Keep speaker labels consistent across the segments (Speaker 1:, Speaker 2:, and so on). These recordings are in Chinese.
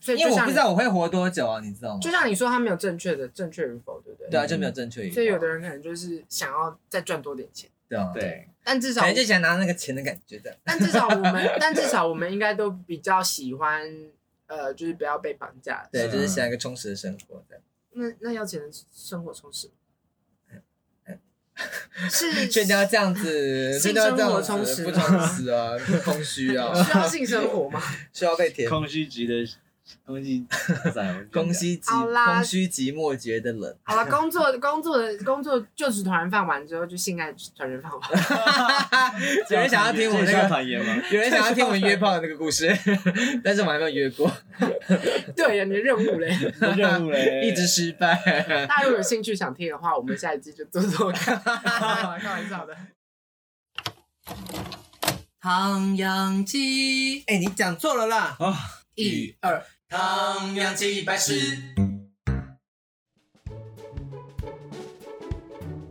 Speaker 1: 所以
Speaker 2: 因
Speaker 1: 就
Speaker 2: 为我
Speaker 1: 像
Speaker 2: 不知道我会活多久啊，你知道吗？
Speaker 1: 就像你说，他没有正确的正确与否，对不对？
Speaker 2: 对啊，就没有正确一
Speaker 1: 所以有的
Speaker 2: 人
Speaker 1: 人可能就是想要再赚多点钱，
Speaker 2: 对啊，，
Speaker 3: 对，
Speaker 1: 但至少
Speaker 2: 可能就想拿那个钱的感觉的。
Speaker 1: 但至少我们但至少我们应该都比较喜欢呃，就是不要被绑架。
Speaker 2: 对，
Speaker 3: 是
Speaker 2: 就是想一个充实的生活这样。
Speaker 1: 那那要钱的生活充实
Speaker 2: 嗯
Speaker 1: 吗？ 是
Speaker 2: 所以
Speaker 1: 需
Speaker 2: 你要这样子，所
Speaker 1: 性
Speaker 2: 以你要
Speaker 1: 生
Speaker 2: 这样
Speaker 1: 活
Speaker 2: 子
Speaker 1: 充实
Speaker 2: 不
Speaker 1: 吗
Speaker 2: 充实啊，空虚啊，
Speaker 1: 要性生活吗？
Speaker 2: 需要被填。
Speaker 3: 空虚极的空虚，
Speaker 2: 空虚极
Speaker 1: 好啦
Speaker 2: 空虚寂寞觉得冷，
Speaker 1: 好了，工作工作的工作就是团圆饭完之后就性爱团圆饭完，
Speaker 2: 有人想要听我那
Speaker 3: 这也算
Speaker 2: 个，
Speaker 3: 团圆吗？
Speaker 2: 有人想要听我们约炮的那个故事， 但是我们还没有约过，
Speaker 1: 对呀，你的任务 嘞。
Speaker 3: 这任务嘞，
Speaker 2: 一直 失败。
Speaker 1: 大家如果有兴趣想听的话，我们下一季就做做 看。开玩笑的。
Speaker 2: 唐扬鸡，哎，你讲错了啦！
Speaker 3: 啊。
Speaker 1: 一二，
Speaker 2: 唐扬鸡百事。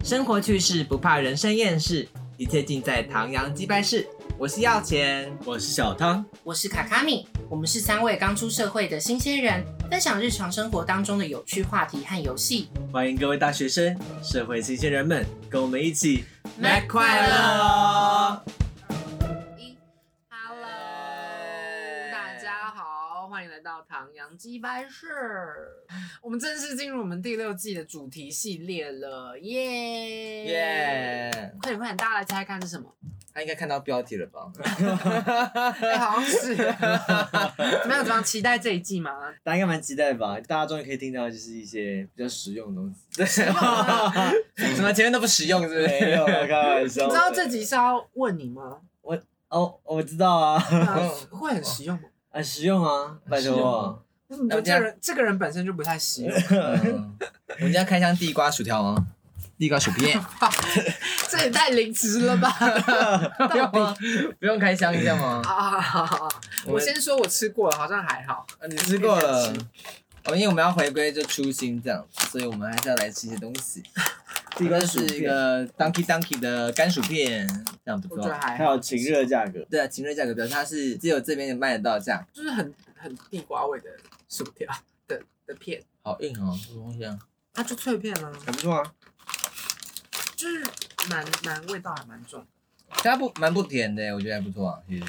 Speaker 2: 生活趣事不怕人生厌世，一切尽在唐扬鸡百事。我是要钱，
Speaker 3: 我是小汤，
Speaker 4: 我是卡卡米，我们是三位刚出社会的新鲜人，分享日常生活当中的有趣话题和游戏。
Speaker 3: 欢迎各位大学生、社会新鲜人们，跟我们一起
Speaker 4: Mac 快
Speaker 3: 乐。
Speaker 1: 一，Hello，大家好，欢迎来到唐阳鸡掰事儿。我们正式进入我们第六季的主题系列了，耶！
Speaker 2: 耶！
Speaker 1: 快点快点，大家来猜猜看是 什么？
Speaker 2: 他应该看到标题了 吧？
Speaker 1: 哎、好像 是。怎么样？怎么样？期待这一季吗？
Speaker 3: 大家应该蛮期待吧？大家终于可以听到就是一些比较实用的东西。
Speaker 2: 怎么前面都不实用，是不
Speaker 3: 没
Speaker 2: 是？
Speaker 3: 有啦，开玩笑的。
Speaker 1: 你知道这集是要问你 吗？
Speaker 3: 哦，我知道啊，
Speaker 1: 啊会很实用吗？
Speaker 3: 啊，实用啊，拜
Speaker 2: 实用
Speaker 3: 托
Speaker 2: 啊。
Speaker 1: 我 怎么觉得这个人这个人本身就不太 实用？
Speaker 2: 嗯我们今天开箱地瓜薯条吗？地瓜薯 片，
Speaker 1: 这也太凌迟了 吧！
Speaker 2: 不用吗？不用开箱一下吗？
Speaker 1: 啊，好好好啊我先说，我吃过了，好像还好。
Speaker 2: 啊你吃过了
Speaker 1: 没有吃。
Speaker 2: 哦，因为我们要回归就初心这样，所以我们还是要来吃一些东西。
Speaker 3: 地瓜
Speaker 2: 这
Speaker 3: 薯片
Speaker 2: 是一个 Donkey Donkey 的干薯片，这样不
Speaker 1: 我觉
Speaker 2: 错
Speaker 1: 得。还
Speaker 3: 还
Speaker 1: 好，
Speaker 3: 有晴热的价格，
Speaker 2: 对啊，晴热价格表示它是只有这边卖得到的价格，
Speaker 1: 就是很很地瓜味的薯条的的片，
Speaker 2: 好硬哦，这个东西啊。
Speaker 1: 它就脆片啊，
Speaker 3: 还不错啊。
Speaker 1: 就是蛮蛮味道还蛮重。
Speaker 2: 它不蛮不甜的，我觉得还不错啊，其实。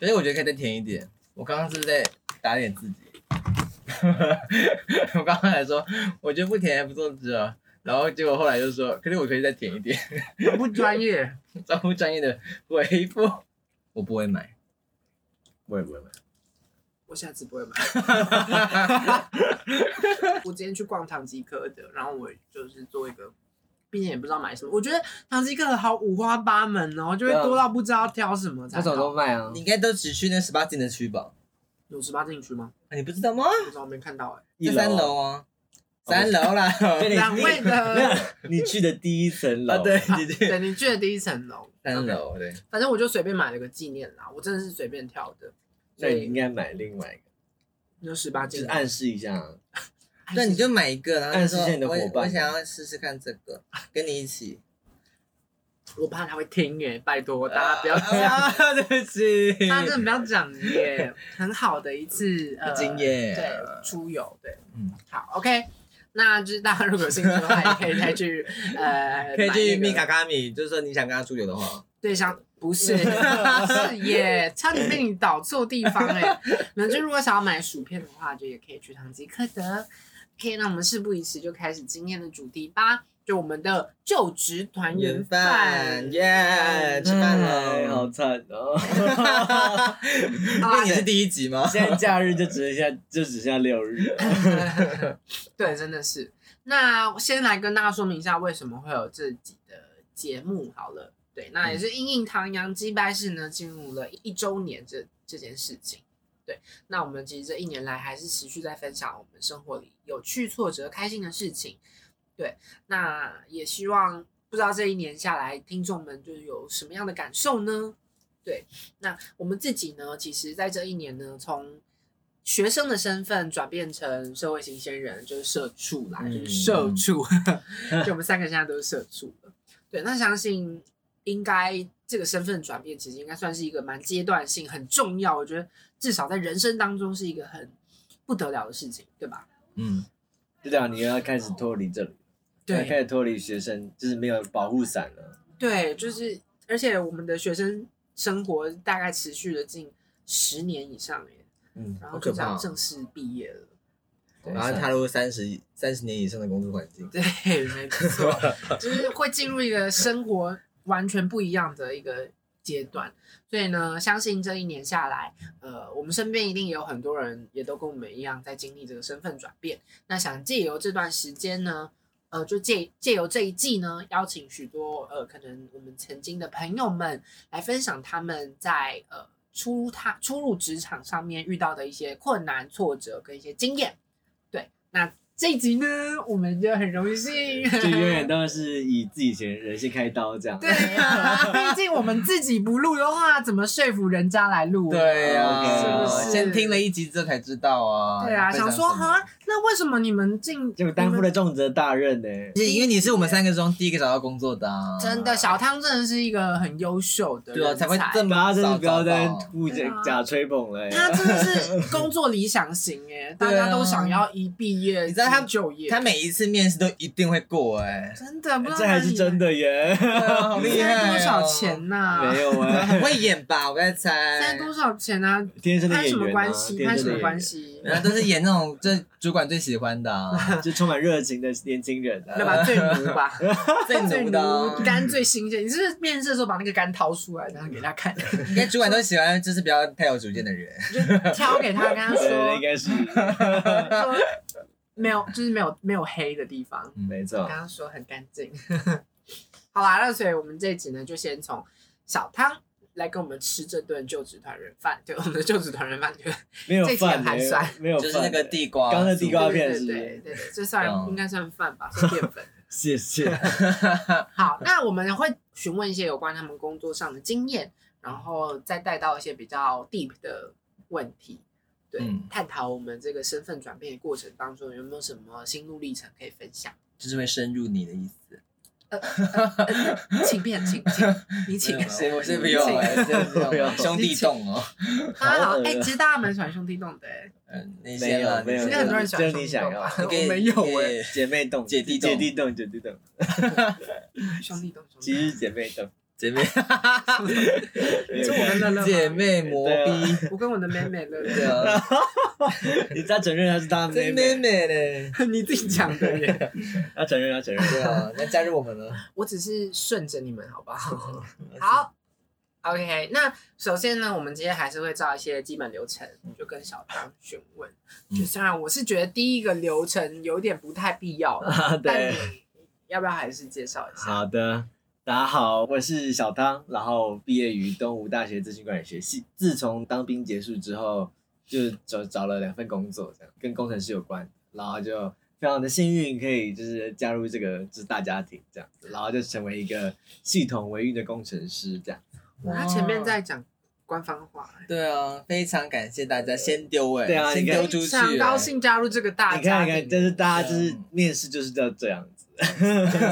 Speaker 2: 可是我觉得可以再甜一点。我刚刚是不是在打脸自己？ 我刚刚还说我觉得不甜还不错吃啊，然后结果后来就说，可是我可以再甜一点。
Speaker 1: 很不专业，
Speaker 2: 招呼专业的回复，我不会买。
Speaker 3: 不会不会不会，
Speaker 1: 我下次不 会买。我今天去逛唐吉诃德，然后我就是做一个。毕竟也不知道买什么，我觉得唐吉诃德好五花八门哦，就会
Speaker 3: 对啊
Speaker 1: 多到不知道挑什么才
Speaker 3: 他什么
Speaker 1: 好。
Speaker 3: 都卖啊
Speaker 2: 你。应该都只去那十八禁的区吧？
Speaker 1: 有十八禁区吗？
Speaker 2: 啊你不知道吗？
Speaker 1: 不知道，我没看到哎、
Speaker 3: 一哦
Speaker 2: 在三楼啊，
Speaker 3: 不是
Speaker 2: 三楼啦。
Speaker 3: 对你
Speaker 1: 两位
Speaker 3: 没有
Speaker 1: 的，
Speaker 3: 你去的第一层
Speaker 2: 啊，
Speaker 3: 楼。
Speaker 2: 对，你去
Speaker 1: 对你去的第一层楼，
Speaker 2: 三楼，对。
Speaker 1: 反正我就随便买了个纪念啦，我真的是随便挑的。
Speaker 3: 那
Speaker 1: 所
Speaker 3: 你应
Speaker 1: 以
Speaker 3: 该买另外一个，
Speaker 1: 你有十八
Speaker 3: 就
Speaker 1: 禁哎
Speaker 3: 是
Speaker 1: 的，
Speaker 3: 暗示一下啊。
Speaker 1: 还是
Speaker 2: 那你就买一个，然后就说
Speaker 3: 暗示一下你的伙
Speaker 2: 我
Speaker 3: 伴
Speaker 2: 我想要试试看这个，跟你一起。
Speaker 1: 我怕他会听耶，拜托大家不要讲，
Speaker 2: 呃 啊，对不起，
Speaker 1: 大家真的不要讲耶，很好的一次呃
Speaker 2: 经验
Speaker 1: 对，出游对，
Speaker 2: 嗯
Speaker 1: 嗯，好，OK。那就是大家如果有兴趣的话，也可以再去呃，
Speaker 2: 可以去
Speaker 1: 买
Speaker 2: 米
Speaker 1: 那
Speaker 2: 卡
Speaker 1: 个
Speaker 2: 卡米，就是说你想跟他出游的话，
Speaker 1: 对象不是是耶，差点被你导错地方哎。那就如果想要买薯片的话，就也可以去唐吉诃德。OK，那我们事不宜迟，就开始今天的主题吧，就我们的就职团圆
Speaker 2: 圆
Speaker 1: 饭
Speaker 2: 饭，耶，吃饭
Speaker 3: 哎，
Speaker 2: 了
Speaker 3: 好。惨哦！
Speaker 1: 好啊
Speaker 2: 那
Speaker 1: 啦
Speaker 2: 你是第一集吗？
Speaker 3: 现在假日就只剩 下就只剩下六日了。
Speaker 1: 对，真的是。那我先来跟大家说明一下为什么会有这集的节目好了。对，那也是因应唐阳鸡掰式呢进入了一周年这这件事情。对，那我们其实这一年来还是持续在分享我们生活里有趣、挫折、开心的事情。对，那也希望不知道这一年下来，听众们就是有什么样的感受呢？对，那我们自己呢，其实在这一年呢，从学生的身份转变成社会新鲜人，就是社畜啦，就是社畜， 就我们三个现在都是社畜了。对，那相信应该这个身份转变，其实应该算是一个蛮阶段性、很重要，我觉得至少在人生当中是一个很不得了的事情，对吧？
Speaker 2: 嗯，
Speaker 3: 就这样，你要开始脱离这里，要开
Speaker 1: 对
Speaker 3: 始脱离学生，就是没有保护伞了。
Speaker 1: 对，就是而且我们的学生生活大概持续了近十年以上耶，
Speaker 3: 嗯，
Speaker 1: 然
Speaker 2: 好
Speaker 1: 后
Speaker 2: 可
Speaker 1: 就这样
Speaker 2: 怕哦
Speaker 1: 正式毕业了。
Speaker 3: 对啊
Speaker 2: 然后踏入三十三十年以上的工作环境，
Speaker 1: 对，没错，就是会进入一个生活完全不一样的一个阶段。所以呢，相信这一年下来，呃，我们身边一定有很多人也都跟我们一样在经历这个身份转变。那想借由这段时间呢，呃，就借借由这一季呢，邀请许多呃，可能我们曾经的朋友们来分享他们在呃初他初入职场上面遇到的一些困难、挫折跟一些经验。对，那这一集呢，我们就很荣幸，
Speaker 3: 就永远都是以自己前人先开 刀这样。
Speaker 1: 对啊，毕竟我们自己不录的话，怎么说服人家来录？
Speaker 2: 对呀、
Speaker 3: OK
Speaker 1: 是不是
Speaker 2: 哦先听了一集之后才知道啊。
Speaker 1: 对啊，
Speaker 2: 非常
Speaker 1: 想说
Speaker 2: 神奇
Speaker 1: 哈，那为什么你们进
Speaker 3: 就担
Speaker 1: 你
Speaker 3: 负了
Speaker 1: 们
Speaker 3: 重责大任呢、
Speaker 2: 是因为你是我们三个中第一个找到工作的、啊，
Speaker 1: 真的小汤真的是一个很优秀的人
Speaker 2: 对啊，才会这么
Speaker 3: 大家真
Speaker 2: 早
Speaker 3: 的不要
Speaker 2: 找
Speaker 3: 再
Speaker 2: 到
Speaker 3: 互
Speaker 1: 对
Speaker 3: 假
Speaker 1: 啊
Speaker 3: 假吹捧了、
Speaker 1: 他
Speaker 3: 欸。
Speaker 1: 真的是工作理想型哎， 大家都想要一毕业
Speaker 2: 啊你知道他
Speaker 1: 即就业，
Speaker 2: 他每一次面试都一定会过哎、
Speaker 1: 真的不知道
Speaker 3: 这还是真的耶，
Speaker 2: 对啊好
Speaker 1: 哪里
Speaker 2: 厉害、
Speaker 1: 塞多少？钱呐？
Speaker 3: 没有
Speaker 2: 很
Speaker 3: 哎、
Speaker 2: 会演 吧？我在
Speaker 1: 塞
Speaker 2: 猜。
Speaker 1: 多少钱啊？
Speaker 3: 天生的
Speaker 1: 攀
Speaker 3: 演
Speaker 1: 什么
Speaker 3: 员、啊
Speaker 1: 关，系？
Speaker 3: 天
Speaker 1: 攀
Speaker 3: 生
Speaker 1: 什
Speaker 3: 的
Speaker 1: 么
Speaker 3: 演
Speaker 1: 关
Speaker 3: 员，，
Speaker 1: 系？
Speaker 2: 然后都是演那种这主管最喜欢的、啊
Speaker 3: 就充满热情的年轻人、啊，
Speaker 1: 对吧？最奴吧，
Speaker 2: 最
Speaker 1: 最
Speaker 2: 奴的、啊
Speaker 1: 奴。肝最新鲜。你是不是面试的时候把那个肝掏出来，然后给他 看？
Speaker 2: 应该主管都喜欢，就是比较太有主见的人。
Speaker 1: 挑给他，跟他
Speaker 3: 对，
Speaker 1: 说
Speaker 3: 应该是
Speaker 1: 说没有，就是没有没有黑的地方，
Speaker 3: 没错
Speaker 1: 刚。刚说很干净。 好啦，那所以我们这一集呢，就先从小汤来跟我们吃这顿就职团圆饭，对，我们的就职团圆饭，对
Speaker 3: 没有
Speaker 1: 这集很
Speaker 3: 饭的
Speaker 1: 寒酸，
Speaker 3: 没有
Speaker 2: 就
Speaker 3: 饭
Speaker 2: 是那个
Speaker 3: 的，
Speaker 2: 地瓜，
Speaker 3: 刚刚那地瓜
Speaker 1: 对
Speaker 3: 片
Speaker 1: 对
Speaker 3: 是不
Speaker 1: 对
Speaker 3: 是
Speaker 1: 对对，这算
Speaker 2: 嗯
Speaker 1: 应该算饭吧，算淀粉。
Speaker 3: 谢谢。
Speaker 1: 好，那我们会询问一些有关他们工作上的经验，然后再带到一些比较 deep 的问题，对，
Speaker 2: 嗯
Speaker 1: 探讨我们这个身份转变的过程当中有没有什么心路历程可以分享？
Speaker 2: 就是会深入你的意思。
Speaker 1: 请便，请请，你请。
Speaker 2: 谁 我是不用
Speaker 1: 请
Speaker 2: 哎，真的不用
Speaker 3: 不 要
Speaker 2: 兄弟洞哦。
Speaker 1: 大家好
Speaker 3: 好，恶
Speaker 1: 哎、
Speaker 3: 啊
Speaker 1: 其实大家蛮喜欢兄弟洞的、哎
Speaker 2: 嗯， 那
Speaker 3: 没
Speaker 2: 些啦，
Speaker 3: 有没有，
Speaker 1: 现在很多人喜欢
Speaker 3: 就
Speaker 1: 兄
Speaker 3: 你
Speaker 1: 弟
Speaker 3: 想
Speaker 1: 洞
Speaker 3: 要
Speaker 1: 吧，
Speaker 2: 你可以
Speaker 1: 我没有
Speaker 2: 你可
Speaker 1: 哎、
Speaker 2: 以
Speaker 3: 姐妹洞、
Speaker 2: 姐弟洞
Speaker 3: 姐弟洞、姐弟洞，
Speaker 1: 兄弟洞，兄
Speaker 3: 其
Speaker 1: 弟
Speaker 3: 实是姐妹洞，
Speaker 2: 姐妹
Speaker 1: 洞，就我 跟乐乐吗
Speaker 2: 姐，妹磨逼，
Speaker 1: 我跟我的妹妹乐
Speaker 2: 对
Speaker 1: 乐，
Speaker 2: 啊，
Speaker 3: 你他承认他是大妹
Speaker 2: 真妹
Speaker 3: 妹，
Speaker 2: 妹嘞，
Speaker 1: 你自己讲的耶，
Speaker 3: 他承认他 承认。
Speaker 2: 对啊，那加入我们了，
Speaker 1: 我只是顺着你们，好不 好？好，OK。那首先呢，我们今天还是会照一些基本流程，就跟小唐询问。
Speaker 2: 嗯
Speaker 1: 就虽然我是觉得第一个流程有点不太必要，
Speaker 3: 啊，
Speaker 1: 但
Speaker 3: 对，
Speaker 1: 你要不要还是介绍一下？
Speaker 3: 好的，大家好，我是小汤，然后毕业于东吴大学资讯管理学系。自从当兵结束之后，就找找了两份工作，这样跟工程师有关，然后就非常的幸运，可以就是加入这个就是大家庭这样子，然后就成为一个系统维运的工程师这样。
Speaker 1: 哇他前面在讲官方话，
Speaker 2: 对啊，非常感谢大家先丢哎，
Speaker 3: 对啊
Speaker 2: 先
Speaker 3: 你看
Speaker 2: 丢出
Speaker 1: 非
Speaker 2: 去，
Speaker 1: 常高兴加入这个大
Speaker 3: 你看，
Speaker 1: 家
Speaker 3: 你看，
Speaker 1: 庭。
Speaker 3: 就是大家就是
Speaker 2: 嗯
Speaker 3: 面试就是要这样子。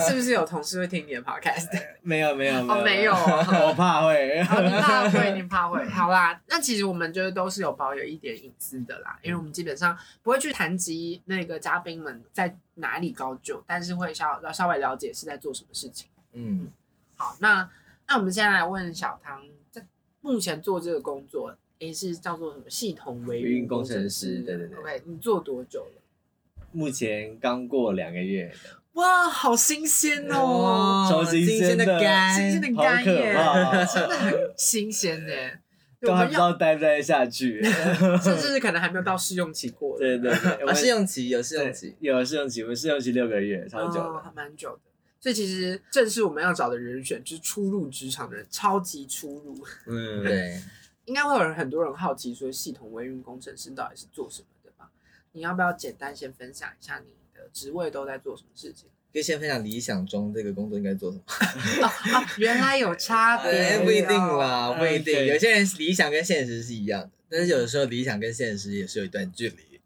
Speaker 1: 是不是有同事会听你的 podcast？
Speaker 3: 没有，没有，
Speaker 1: 哦没有
Speaker 3: 我怕会。
Speaker 1: 哦你怕 会，你怕会。好啦，那其实我们就是都是有保有一点隐私的啦，因为我们基本上不会去谈及那个嘉宾们在哪里高就，但是会稍稍微了解是在做什么事情。
Speaker 2: 嗯，
Speaker 1: 好，那那我们现在来问小汤，在目前做这个工作，诶，是叫做什么系统维
Speaker 3: 运工
Speaker 1: 工
Speaker 3: 程师对对对
Speaker 1: OK，你做多久了？
Speaker 3: 目前刚过两个月，
Speaker 1: 哇，好新鲜哦！
Speaker 2: 哦，
Speaker 3: 超新鲜
Speaker 2: 的
Speaker 3: 的
Speaker 2: 干，
Speaker 1: 新鲜的
Speaker 3: 好
Speaker 1: 干
Speaker 3: 可
Speaker 1: 耶，
Speaker 3: 怕
Speaker 1: 真的很新鲜耶。对
Speaker 3: 都
Speaker 1: 我
Speaker 3: 还
Speaker 1: 们
Speaker 3: 不知
Speaker 1: 要
Speaker 3: 道待不待得 下去。
Speaker 1: 甚至是可能还没有到试用期过。
Speaker 3: 对对对，哎我
Speaker 2: 啊，
Speaker 3: 们
Speaker 2: 试用期有试
Speaker 3: 对
Speaker 2: 用期，
Speaker 3: 有试用期，我们试用期六个月，超久
Speaker 1: 哦
Speaker 3: 的。
Speaker 1: 还蛮久的。所以其实正是我们要找的人选，就是初入职场的人，超级初入。
Speaker 3: 嗯，
Speaker 2: 对，
Speaker 1: 应该会有人很多人好奇，说系统维运工程师到底是做什么的吧？你要不要简单先分享一下你的职位都在做什么事 情？
Speaker 2: 就先分享理想中这个工作应该做什么。
Speaker 1: 啊啊，原来有差别、
Speaker 2: 哎，
Speaker 1: 哦，
Speaker 2: 不一定。啦，不一定。
Speaker 3: OK
Speaker 2: 有些人理想跟现实是一样的，但是有的时候理想跟现实也是有一段距离。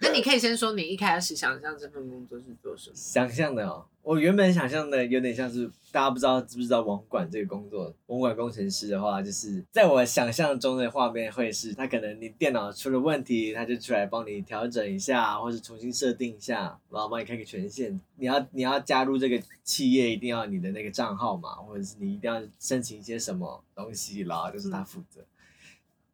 Speaker 1: 那你可以先说你一开始想象这份工作是做什么？
Speaker 3: 想象的哦，我原本想象的有点像是大家不知道知不知道网管这个工作，网管工程师的话，就是在我想象中的画面会是，他可能你电脑出了问题，他就出来帮你调整一下，或是重新设定一下，然后帮你开个权限。你要你要加入这个企业，一定要你的那个账号嘛，或者是你一定要申请一些什么东西，然后就是他负责。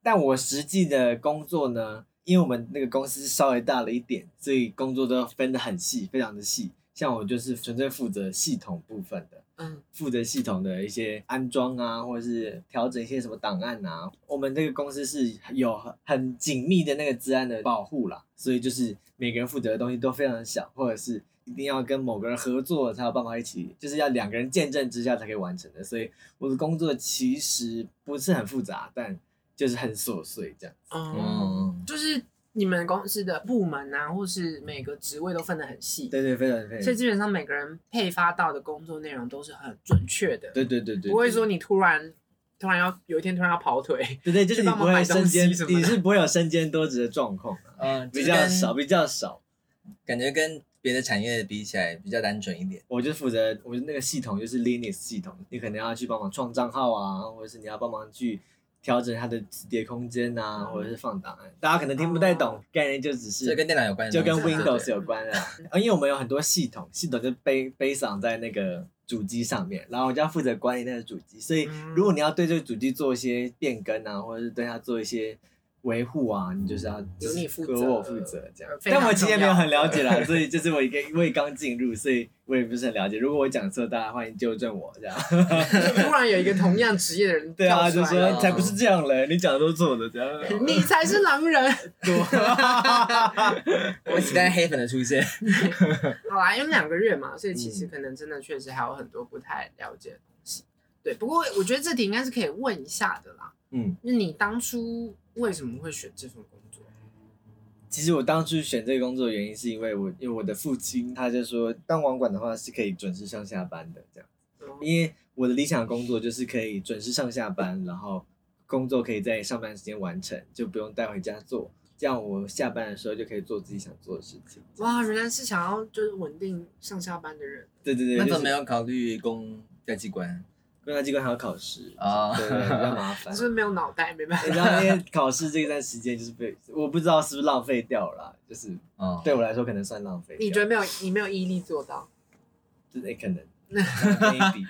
Speaker 3: 但我实际的工作呢，因为我们那个公司稍微大了一点，所以工作都分得很细，非常的细。像我就是纯粹负责系统部分的，
Speaker 1: 嗯，
Speaker 3: 负责系统的一些安装啊，或者是调整一些什么档案啊。我们这个公司是有很紧密的那个治安的保护啦，所以就是每个人负责的东西都非常的小，或者是一定要跟某个人合作才有办法一起，就是要两个人见证之下才可以完成的。所以我的工作其实不是很复杂，但就是很琐碎这样。
Speaker 1: 哦，
Speaker 2: 嗯，
Speaker 1: 就是你们公司的部门啊，或是每个职位都分得很细，
Speaker 3: 对对，非常非
Speaker 1: 所以
Speaker 3: 常。
Speaker 1: 基本上每个人配发到的工作内容都是很准确的，
Speaker 3: 对对对对，
Speaker 1: 不会
Speaker 3: 对
Speaker 1: 说你突然突然要有一天突然要跑 腿，
Speaker 3: 对对，就
Speaker 1: 去
Speaker 3: 是你
Speaker 1: 帮
Speaker 3: 不
Speaker 1: 忙买
Speaker 3: 会
Speaker 1: 东
Speaker 3: 身
Speaker 1: 西
Speaker 3: 兼
Speaker 1: 什，么的
Speaker 3: 你是不会有身兼多职的状况啊，
Speaker 2: 嗯，
Speaker 3: 比较少，，比较少。
Speaker 2: 感觉跟别的产业比起来比较单纯一点。
Speaker 3: 我就负责，我就那个系统就是 Linux 系统，你可能要去帮忙创账号啊，或者是你要帮忙去调整它的磁碟空间啊，或者是放档案。大家可能听不太懂，概念就只
Speaker 2: 这
Speaker 3: 是
Speaker 2: 跟电脑有关的
Speaker 3: 就跟
Speaker 2: 东西，对对
Speaker 3: Windows 有关 啊，啊因为我们有很多系统，系统就背背上在那个主机上面，然后我就要负责管理那个主机，所以
Speaker 1: 嗯
Speaker 3: 如果你要对这个主机做一些变更啊，或者是对它做一些维护啊，你就是要
Speaker 1: 嗯由你负责
Speaker 3: 由我负责这样
Speaker 1: 呃。非常
Speaker 3: 但我其实也没有很
Speaker 1: 重要
Speaker 3: 了解 啦，所以就是我一个我也刚进入，所以我也不是很了解。如果我讲错，大家欢迎纠正我这样。
Speaker 1: 就突然有一个同样职业的人
Speaker 3: 对啊，
Speaker 1: 跳出
Speaker 3: 就
Speaker 1: 来哦
Speaker 3: 说
Speaker 1: 了，
Speaker 3: 才不是这样嘞，你讲的都错的这样。
Speaker 1: 你才是狼 人。
Speaker 2: 我期待黑粉的出现。
Speaker 1: 好啦，因为两个月嘛，所以其
Speaker 3: 嗯
Speaker 1: 实可能真的确实还有很多不太了解的东西。对，不过我觉得这题应该是可以问一下的啦。
Speaker 3: 嗯，
Speaker 1: 那你当初为什么会选这份工作？
Speaker 3: 其实我当初选这个工作的原因，是因为我因为我的父亲他就说，当网管的话是可以准时上下班的这样。
Speaker 1: 嗯
Speaker 3: 因为我的理想工作就是可以准时上下班，然后工作可以在上班时间完成，就不用带回家做。这样我下班的时候就可以做自己想做的事情。
Speaker 1: 哇，原来是想要就是稳定上下班的人。
Speaker 3: 对对对，
Speaker 2: 那怎
Speaker 3: 就
Speaker 2: 么
Speaker 3: 是
Speaker 2: 有考虑公在机关
Speaker 3: 公家机关还要考试，
Speaker 2: 啊？
Speaker 3: 对，比较麻烦
Speaker 1: 就。是没有脑袋，没办法。
Speaker 3: 你知道，因为考试 这段时间就是被我不知道是不是浪费掉了啦，就是
Speaker 2: 哦，
Speaker 3: 对我来说可能算浪费掉。
Speaker 1: 你觉得没有，你没有毅力做到，
Speaker 3: 就是、欸、可能 maybe，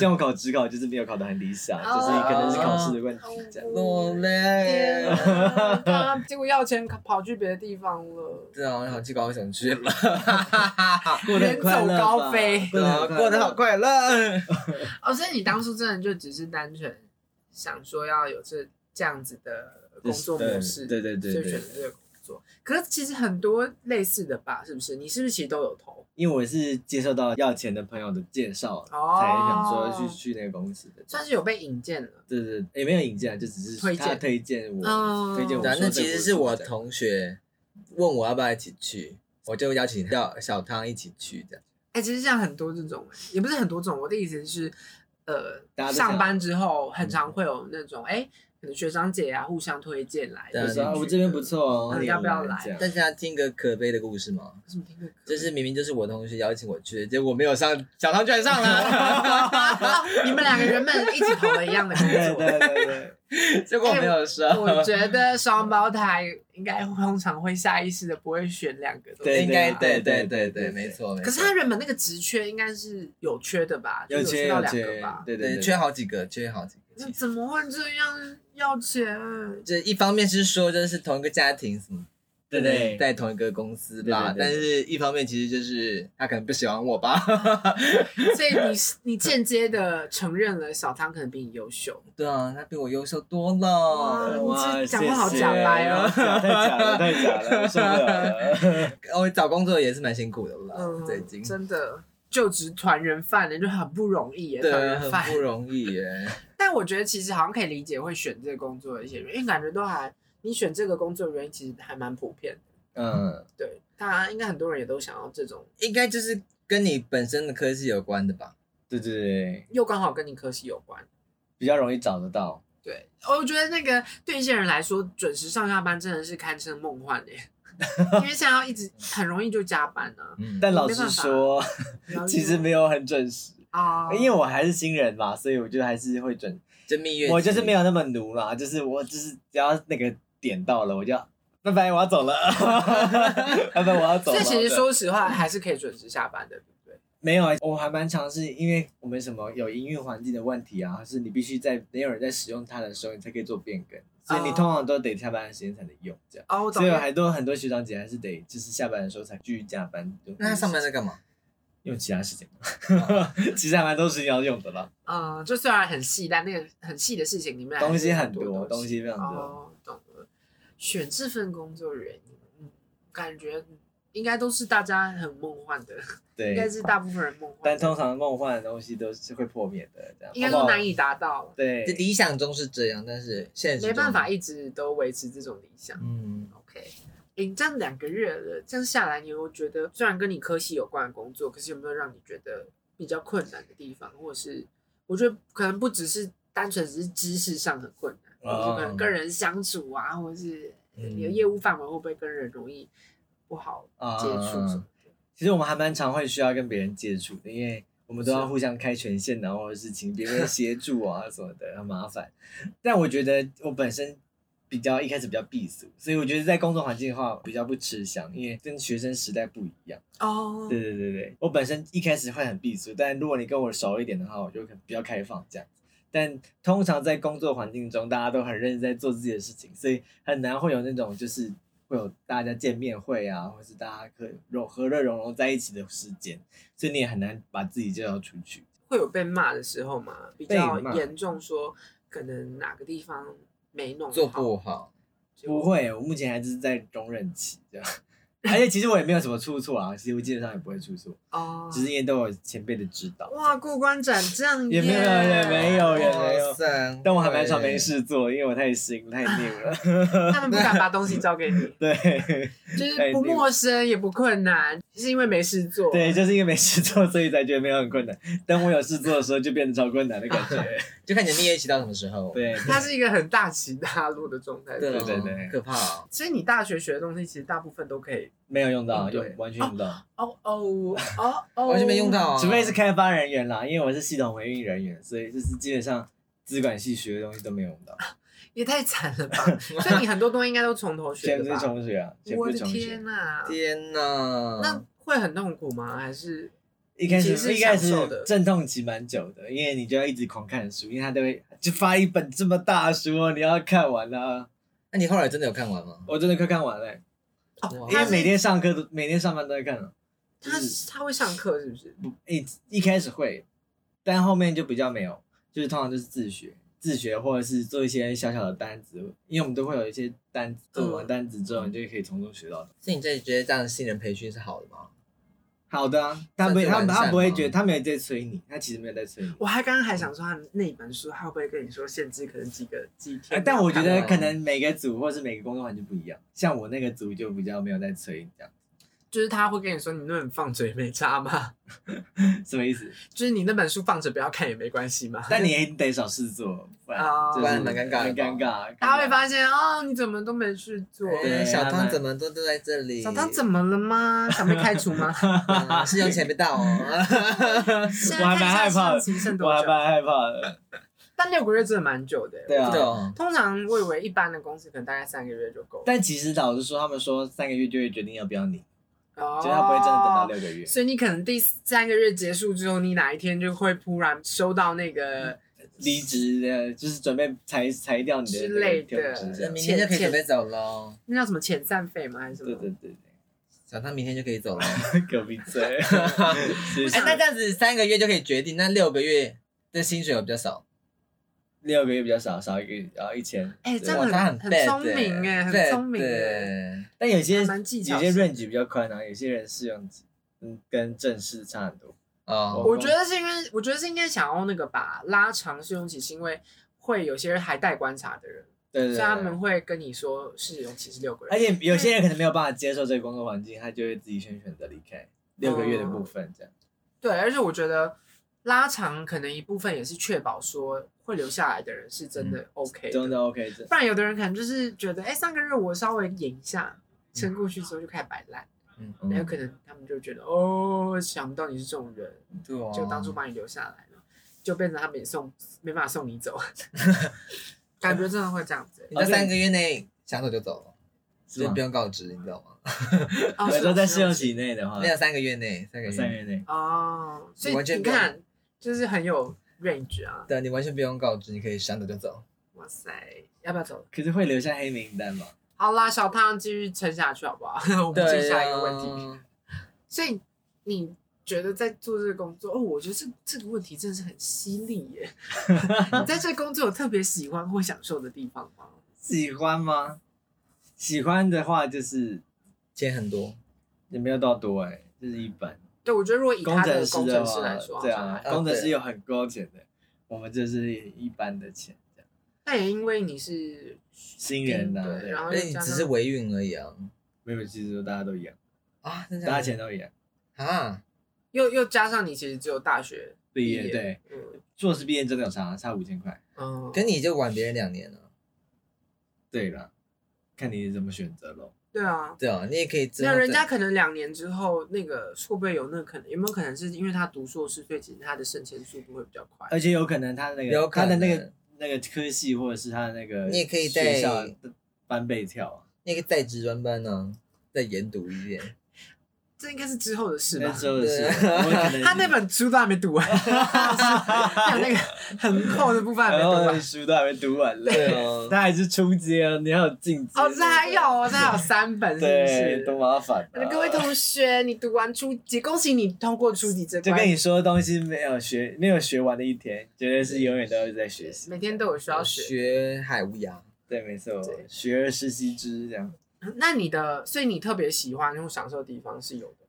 Speaker 3: 像我 考职考就是没有考得很理想，就是可能是考试的问题这样。
Speaker 2: 落
Speaker 1: 天
Speaker 2: 泪。
Speaker 1: 啊他结果要钱跑去别的地方了。
Speaker 2: 对啊，我好去高雄 去了，
Speaker 3: 过得很快乐吧
Speaker 1: 远哦走高飞
Speaker 3: 过得很快 乐
Speaker 2: 啊过得好快乐。
Speaker 1: 哦，所以你当初真的就只是单纯想说要有这这样子的工作模式，
Speaker 3: 对对对
Speaker 1: 所
Speaker 3: 对
Speaker 1: 以选
Speaker 3: 对
Speaker 1: 择。这个工作。可是其实很多类似的吧，是不是？你是不是其实都有投？
Speaker 3: 因为我是接受到要钱的朋友的介绍，
Speaker 1: 哦
Speaker 3: 才想说去去那个公司的。
Speaker 1: 算是有被引荐了。
Speaker 3: 对对，也没有引荐啊，就只是
Speaker 1: 推荐
Speaker 3: 他推荐我，
Speaker 1: 哦
Speaker 3: 推荐我
Speaker 2: 对
Speaker 3: 说
Speaker 2: 啊
Speaker 3: 这，
Speaker 2: 那
Speaker 3: 个公司
Speaker 2: 其实是我同学问我要不要一起去，我就邀请到小汤一起去这样。
Speaker 1: 哎、其实现在很多这种、也不是很多种。我的意思是，呃
Speaker 3: 大家，都想嗯
Speaker 1: 上班之后很常会有那种，哎、可能学长姐啊互相推荐来
Speaker 2: 对
Speaker 1: 的
Speaker 2: 啊
Speaker 1: 进
Speaker 3: 就
Speaker 1: 去
Speaker 3: 说
Speaker 1: 的。
Speaker 3: 啊我这边不错哦，
Speaker 1: 嗯
Speaker 3: 你
Speaker 1: 要不要来
Speaker 3: 这样
Speaker 2: 但是要听个可悲的故事吗？
Speaker 1: 为什么听歌？
Speaker 2: 就是明明就是我同学邀请我去的，结果没有上，小汤居然 上了，
Speaker 1: 你们两个原本一起投了一样的工
Speaker 3: 对
Speaker 1: 作。
Speaker 3: 对对对，
Speaker 2: 结果没有上。
Speaker 1: 哎我觉得双胞胎应该通常会下意识的不会选两个都
Speaker 3: 对
Speaker 2: 应该
Speaker 1: 对。
Speaker 2: 对对
Speaker 3: 对
Speaker 2: 对
Speaker 3: 对
Speaker 2: 对，
Speaker 3: 对
Speaker 2: 没错没错。
Speaker 1: 可是他原本那个职缺应该是有缺的吧？就
Speaker 3: 有
Speaker 1: 缺
Speaker 3: 钱
Speaker 1: 到
Speaker 3: 有
Speaker 1: 两
Speaker 3: 钱
Speaker 1: 个吧，？
Speaker 3: 对
Speaker 2: 对
Speaker 3: 对，
Speaker 2: 缺好几个，缺好几个
Speaker 1: 那。怎么会这样要钱？
Speaker 2: 这一方面是说，就是同一个家庭什么，
Speaker 3: 对对对，
Speaker 2: 在同一个公司吧。
Speaker 3: 对对对
Speaker 2: 但是一方面其实就是他可能不喜欢我吧。
Speaker 1: 所以你你间接的承认了小汤可能比你优秀。
Speaker 2: 对啊，他比我优秀多了。
Speaker 1: 哇
Speaker 3: 哇，
Speaker 1: 啊你这
Speaker 3: 谢
Speaker 1: 讲话好
Speaker 3: 谢
Speaker 1: 假白哦
Speaker 3: 太假了，太假了，我受 不了了。
Speaker 2: 我哦找工作也是蛮辛苦的啦，
Speaker 1: 嗯
Speaker 2: 最近，
Speaker 1: 真的就职团人饭呢，就很不容易耶，团
Speaker 2: 对，啊
Speaker 1: 人
Speaker 2: 很
Speaker 1: 饭。
Speaker 2: 不容易耶。
Speaker 1: 但我觉得其实好像可以理解会选这个工作的一些人，因为感觉都还你选这个工作的原因其实还蛮普遍的。
Speaker 3: 嗯，
Speaker 1: 对，大家应该很多人也都想要这种，
Speaker 2: 应该就是跟你本身的科技有关的吧？
Speaker 3: 对对对，
Speaker 1: 又刚好跟你科系有关。
Speaker 3: 比较容易找得到。
Speaker 1: 对，我觉得那个对一些人来说，准时上下班真的是堪称梦幻的， 因为现在要一直很容易就加班啊呢、
Speaker 2: 嗯，
Speaker 3: 但老
Speaker 1: 没
Speaker 3: 实
Speaker 1: 办法
Speaker 3: 说，
Speaker 1: 啊。
Speaker 3: 其实没有很准时，
Speaker 1: 啊，
Speaker 3: 因为我还是新人嘛，所以我就还是会准，
Speaker 2: 真蜜月期，
Speaker 3: 我就是没有那么奴啦，就是我就是只要那个点到了，我就要拜拜，我要走 了，拜拜，我要走
Speaker 1: 所
Speaker 3: 了。
Speaker 1: 以其实
Speaker 3: 对
Speaker 1: 说实话，还是可以准时下班的，对不对？
Speaker 3: 没有啊，我还蛮尝试，因为我们什么有营运环境的问题啊，是你必须在没有人在使用它的时候，你才可以做变更，所以你
Speaker 1: 哦
Speaker 3: 通常都得下班的时间才能用这样。
Speaker 1: 哦，我懂
Speaker 3: 所以
Speaker 1: 了。
Speaker 3: 很多很多学长姐还是得就是下班的时候才继续加班。
Speaker 2: 那他上班在干嘛？
Speaker 3: 用其他事情，
Speaker 1: 哦
Speaker 3: 其实还蛮多事情要用的啦，
Speaker 1: 嗯，就虽然很细，但那个很细的事情里面还
Speaker 3: 东西
Speaker 1: 是
Speaker 3: 很
Speaker 1: 多
Speaker 3: 多，东西非常多。
Speaker 1: 哦，懂了。选这份工作的原因，嗯，感觉应该都是大家很梦幻的，应该
Speaker 3: 对，
Speaker 1: 是大部分人梦幻
Speaker 3: 但
Speaker 1: 的，
Speaker 3: 通常梦幻的东西都是会破灭的，这样。
Speaker 1: 应该
Speaker 3: 好
Speaker 1: 说
Speaker 3: 不好
Speaker 1: 难以达到，
Speaker 3: 对
Speaker 2: 就，理想中是这样，但是现实
Speaker 1: 没
Speaker 2: 中
Speaker 1: 办法。一直都维持这种理想。
Speaker 2: 嗯，
Speaker 1: OK，你这样两个月了，这样下来，你有没有觉得虽然跟你科系有关的工作，可是有没有让你觉得比较困难的地方，或者是我觉得可能不只是单纯只是知识上很困难，
Speaker 2: 哦
Speaker 1: 或者是可能跟人相处啊，或者是你
Speaker 3: 嗯
Speaker 1: 的业务范围会不会跟人容易不好
Speaker 3: 啊
Speaker 1: 接触什么的？
Speaker 3: 其实我们还蛮常会需要跟别人接触的，因为我们都
Speaker 1: 是
Speaker 3: 要互相开权限啊，然后或者是请别人协助 啊什么的，很麻烦。但我觉得我本身比较一开始比较避俗，所以我觉得在工作环境的话比较不吃香，因为跟学生时代不一样。
Speaker 1: 哦
Speaker 3: 对对对对，我本身一开始会很避俗，但如果你跟我熟一点的话，我就可能比较开放这样。但通常在工作环境中，大家都很认真在做自己的事情，所以很难会有那种就是会有大家见面会啊，或是大家可以融和乐融融在一起的时间，所以你也很难把自己介绍出去。
Speaker 1: 会有被骂的时候吗？比较
Speaker 3: 被骂
Speaker 1: 严重说可能哪个地方没弄
Speaker 2: 做
Speaker 1: 好
Speaker 2: 不好，
Speaker 1: 结果
Speaker 3: 不会，我目前还是在容忍期这样。 而且其实我也没有什么出错啊，其实我基本上也不会出错，
Speaker 1: 哦，
Speaker 3: 只是因为都有前辈的指导。
Speaker 1: 哇过关斩将
Speaker 3: 也没有也没有也没有
Speaker 2: 哇塞
Speaker 3: 但我还蛮常没。事做，因为我太新太 new 了。
Speaker 1: 他们不敢把东西交给 你。
Speaker 3: 对
Speaker 1: 就是不陌生也不困难，是因为没事做。
Speaker 3: 哎对，就是因为没事做，所以才觉得没有很困难。等我有事做的时候，就变得超困难的感 觉。
Speaker 2: 就看你的蜜月期到什么时候。
Speaker 3: 对，
Speaker 1: 它是一个很大起大落的状态。
Speaker 2: 对啊
Speaker 3: 对对对
Speaker 2: 可怕哦。
Speaker 1: 所以你大学学的东西，其实大部分都可以。
Speaker 3: 没有用到，
Speaker 1: 嗯对
Speaker 3: 用完全用不到，
Speaker 1: 哦哦哦哦，
Speaker 2: 完全没用到啊，
Speaker 3: 除非是开发人员啦，因为我是系统维运人员，所以就是基本上资管系学的东西都没有用到，
Speaker 1: 啊也太惨 了吧！所以你很多东西应该都从头学
Speaker 3: 全部
Speaker 1: 的
Speaker 3: 是
Speaker 1: 吧？
Speaker 3: 重学啊，全部
Speaker 1: 我
Speaker 3: 是
Speaker 1: 的
Speaker 3: 重学啊
Speaker 1: 天。哪、
Speaker 2: 天哪！
Speaker 1: 那会很痛苦吗？还是
Speaker 3: 一开
Speaker 1: 其实
Speaker 3: 始
Speaker 1: 是
Speaker 3: 一开
Speaker 1: 享
Speaker 3: 始
Speaker 1: 受的
Speaker 3: 阵痛期蛮久的，因为你就要一直狂看书，因为他都会就发一本这么大的书哦，你要看完啊，
Speaker 2: 那你后来真的有看完吗？
Speaker 3: 我真的快看完了欸、
Speaker 1: 哦，
Speaker 3: 因
Speaker 1: 他
Speaker 3: 为
Speaker 1: 是
Speaker 3: 每天上课都每天上班都在看啊。
Speaker 1: 他是他会上课是不是？
Speaker 3: 一一开始会，但后面就比较没有，就是通常就是自学，自学或者是做一些小小的单子，因为我们都会有一些单子，做完单子之后，你就可以从中学到。
Speaker 2: 所以你这觉得这样的新人培训是好的吗？
Speaker 3: 好的、啊，他不会，他
Speaker 2: 算是完善吗
Speaker 3: 他不会觉得他没有在催你，他其实没有在催你。
Speaker 1: 我还刚刚还想说，他那本书他会不会跟你说限制可能几个几
Speaker 3: 哎
Speaker 1: 天？
Speaker 3: 但我觉得
Speaker 2: 看
Speaker 3: 可能每个组或是每个工作环境不一样，像我那个组就比较没有在催你这样，
Speaker 1: 就是他会跟你说，你那本放着也没差吗？
Speaker 3: 什么意思？
Speaker 1: 就是你那本书放着不要看也没关系嘛。
Speaker 3: 但你也得找事做，不然
Speaker 1: 哦
Speaker 3: 就是
Speaker 2: 不然蛮尴尬的
Speaker 3: 蛮尴尬。
Speaker 1: 大家会
Speaker 3: 现
Speaker 1: 发现哦，你怎么都没事做？
Speaker 3: 对
Speaker 2: 哎小
Speaker 3: 他
Speaker 2: 汤
Speaker 3: 们
Speaker 2: 怎么都都在这里？
Speaker 1: 啊小唐怎么了吗？想被开除吗？
Speaker 2: 啊是用钱被盗哦？
Speaker 1: 现在
Speaker 3: 我
Speaker 1: 看
Speaker 3: 还
Speaker 1: 一
Speaker 3: 蛮
Speaker 1: 下
Speaker 3: 害怕
Speaker 1: 上
Speaker 3: 的
Speaker 1: 期剩多
Speaker 3: 我还
Speaker 1: 久？
Speaker 3: 蛮害怕的。
Speaker 1: 但六个月真的蛮久的。
Speaker 3: 对啊
Speaker 2: 不懂。
Speaker 1: 通常我以为一般的公司可能大概三个月就够了，
Speaker 3: 但其实老实说，他们说三个月就会决定要不要你。
Speaker 1: 哦
Speaker 3: 就他不会真的等到。六个月。
Speaker 1: 所以你可能第三个月结束之后，你哪一天就会突然收到那
Speaker 3: 嗯
Speaker 1: 个
Speaker 3: 离职的，就是准备裁裁掉你的
Speaker 1: 之
Speaker 3: 那个
Speaker 1: 类的
Speaker 3: 跳职这
Speaker 2: 那
Speaker 3: 样
Speaker 2: 明天就可以准备走喽。
Speaker 1: 那叫什么遣散费吗？还是什
Speaker 3: 对
Speaker 1: 么？
Speaker 3: 对对
Speaker 2: 小汤明天就可以走了。
Speaker 3: 对，隔 壁嘴。谢
Speaker 2: 哎
Speaker 3: 谢，
Speaker 2: 那这样子三个月就可以决定，那六个月的薪水有比较少，
Speaker 3: 六个月比较少，少一个月然后一千。
Speaker 1: 哎，
Speaker 3: 对
Speaker 1: 真的
Speaker 2: 哇，他
Speaker 1: 很
Speaker 2: 很
Speaker 1: 很
Speaker 2: bad
Speaker 1: 聪
Speaker 2: 欸
Speaker 1: 明哎，很
Speaker 2: bad
Speaker 1: 聪明哎，
Speaker 2: 欸
Speaker 3: 但有些
Speaker 1: 还
Speaker 3: 有
Speaker 1: 蛮技巧
Speaker 3: 些
Speaker 1: 性的
Speaker 3: range 比较宽啊，有些人试用期嗯跟正式差很多。
Speaker 2: 哦，
Speaker 1: 我觉得是因为，我觉得是应该想要那个吧，拉长试用期，是因为会有些人还待观察的人，
Speaker 3: 对对
Speaker 1: 所以
Speaker 3: 对
Speaker 1: 他们会跟你说试用期是六个
Speaker 3: 而
Speaker 1: 月。
Speaker 3: 且有些人可能没有办法接受这个工
Speaker 1: 哦
Speaker 3: 作环境，他就会自己先选择离开六个月的部分这样。
Speaker 1: 对，而且我觉得拉长可能一部分也是确保说会留下来的人是真的 OK 的
Speaker 3: 嗯真的 OK，这
Speaker 1: 不然有的人可能就是觉得，哎、上个月我稍微演一下，撑过去之后就开始摆烂，
Speaker 2: 嗯，
Speaker 1: 然后可能他们就觉得，哦，想不到你是这种人，
Speaker 2: 对
Speaker 3: 哦
Speaker 2: 啊，
Speaker 1: 就当初把你留下来了，就变成他们也送没办法送你 走，感觉真的会这样子、欸
Speaker 2: 你在三个月内想走就走了，
Speaker 3: 是
Speaker 2: 就
Speaker 3: 吗
Speaker 2: 不？用告知，你知道吗？
Speaker 1: 哦，
Speaker 3: 我说在试
Speaker 1: 试
Speaker 3: 用期内的话
Speaker 2: 没，有三个月内，三个
Speaker 3: 嗯三
Speaker 2: 月
Speaker 3: 个
Speaker 2: 内，
Speaker 3: 月内，
Speaker 1: 哦，所以
Speaker 2: 完全
Speaker 1: 你
Speaker 2: 不用
Speaker 1: 看，就是很有 range 啊，
Speaker 2: 对，你完全不用告知，你可以想走就走。
Speaker 1: 哇塞，要不要走？
Speaker 3: 可是会留下黑名单吗？
Speaker 1: 好啦，小太阳继续撑下去好不 好？我们接
Speaker 2: 对，啊
Speaker 1: 下一个问题。，所以你觉得在做这个工作，哦，我觉得这这个问题真的是很犀利耶。你在这个工作有特别喜欢或享受的地方吗？
Speaker 3: 喜欢吗？喜欢的话就是
Speaker 2: 钱很多，
Speaker 3: 也没有到多哎、就是一般。
Speaker 1: 对，我觉得如果以
Speaker 3: 工
Speaker 1: 他的
Speaker 3: 师
Speaker 1: 工
Speaker 3: 的
Speaker 1: 程
Speaker 3: 话
Speaker 1: 师来说，
Speaker 3: 对啊，
Speaker 2: 像还好
Speaker 3: 工程师有很高钱的，我们就是一般的钱，这样
Speaker 1: 那也因为你是
Speaker 3: 新人呐、
Speaker 1: 对，然
Speaker 3: 对，
Speaker 1: 后
Speaker 2: 那
Speaker 1: 又
Speaker 2: 你
Speaker 1: 加
Speaker 2: 哎只
Speaker 1: 上
Speaker 2: 是维运而已啊。
Speaker 3: 没有，其实大家都一样，
Speaker 2: 啊，真
Speaker 1: 嗯
Speaker 2: 的
Speaker 3: 大
Speaker 2: 假的
Speaker 3: 家钱都一样。
Speaker 2: 啊，
Speaker 1: 又又加上你其实只有大学
Speaker 3: 毕业
Speaker 1: 业，
Speaker 3: 对，
Speaker 1: 嗯
Speaker 3: 硕士毕业真的有差，差五千块。
Speaker 1: 嗯，
Speaker 2: 跟你就晚别人两年了。
Speaker 3: 对了，看你怎么选择咯。
Speaker 1: 对啊。
Speaker 2: 对啊，你也可以之
Speaker 1: 那
Speaker 2: 后
Speaker 1: 人
Speaker 2: 再
Speaker 1: 家可能两年之后，那个会不会有那可能？有没有可能是因为他读硕士，所以其实他的升迁速度会比较快？
Speaker 3: 而且有可能他那个
Speaker 2: 有可
Speaker 3: 他的那个
Speaker 2: 能
Speaker 3: 那个科系或者是他的那个
Speaker 2: 你也可以
Speaker 3: 学校
Speaker 2: 在
Speaker 3: 的翻倍跳啊，
Speaker 2: 你也可以在职专班呢，再研读一 遍。
Speaker 1: 这应该是之后的事
Speaker 3: 那
Speaker 1: 吧。
Speaker 3: 之后的事，
Speaker 2: 对
Speaker 3: 我可能
Speaker 1: 他那本书都还没读 完，还有那个很厚的部分还没
Speaker 3: 然
Speaker 1: 读
Speaker 3: 后
Speaker 1: 完。
Speaker 3: 哦书都还没读完嘞，
Speaker 2: 对啊，
Speaker 3: 他还是初阶哦，你还有进阶
Speaker 1: 哦，这还有，哦，这还有三本，是不
Speaker 3: 对，
Speaker 1: 是
Speaker 3: 多？麻烦
Speaker 1: 我
Speaker 3: 啊
Speaker 1: 的！各位同学，你读完初级，恭喜你通过初级这
Speaker 3: 就跟
Speaker 1: 关。
Speaker 3: 你说的东西没有学没有学完的一天，绝对是永远都是在学习。
Speaker 1: 每天都有需要学。
Speaker 2: 学海无涯。
Speaker 3: 对，没错
Speaker 1: 对，
Speaker 3: 学而时习之这样。
Speaker 1: 那你的，所以你特别喜欢或享受的地方是有的。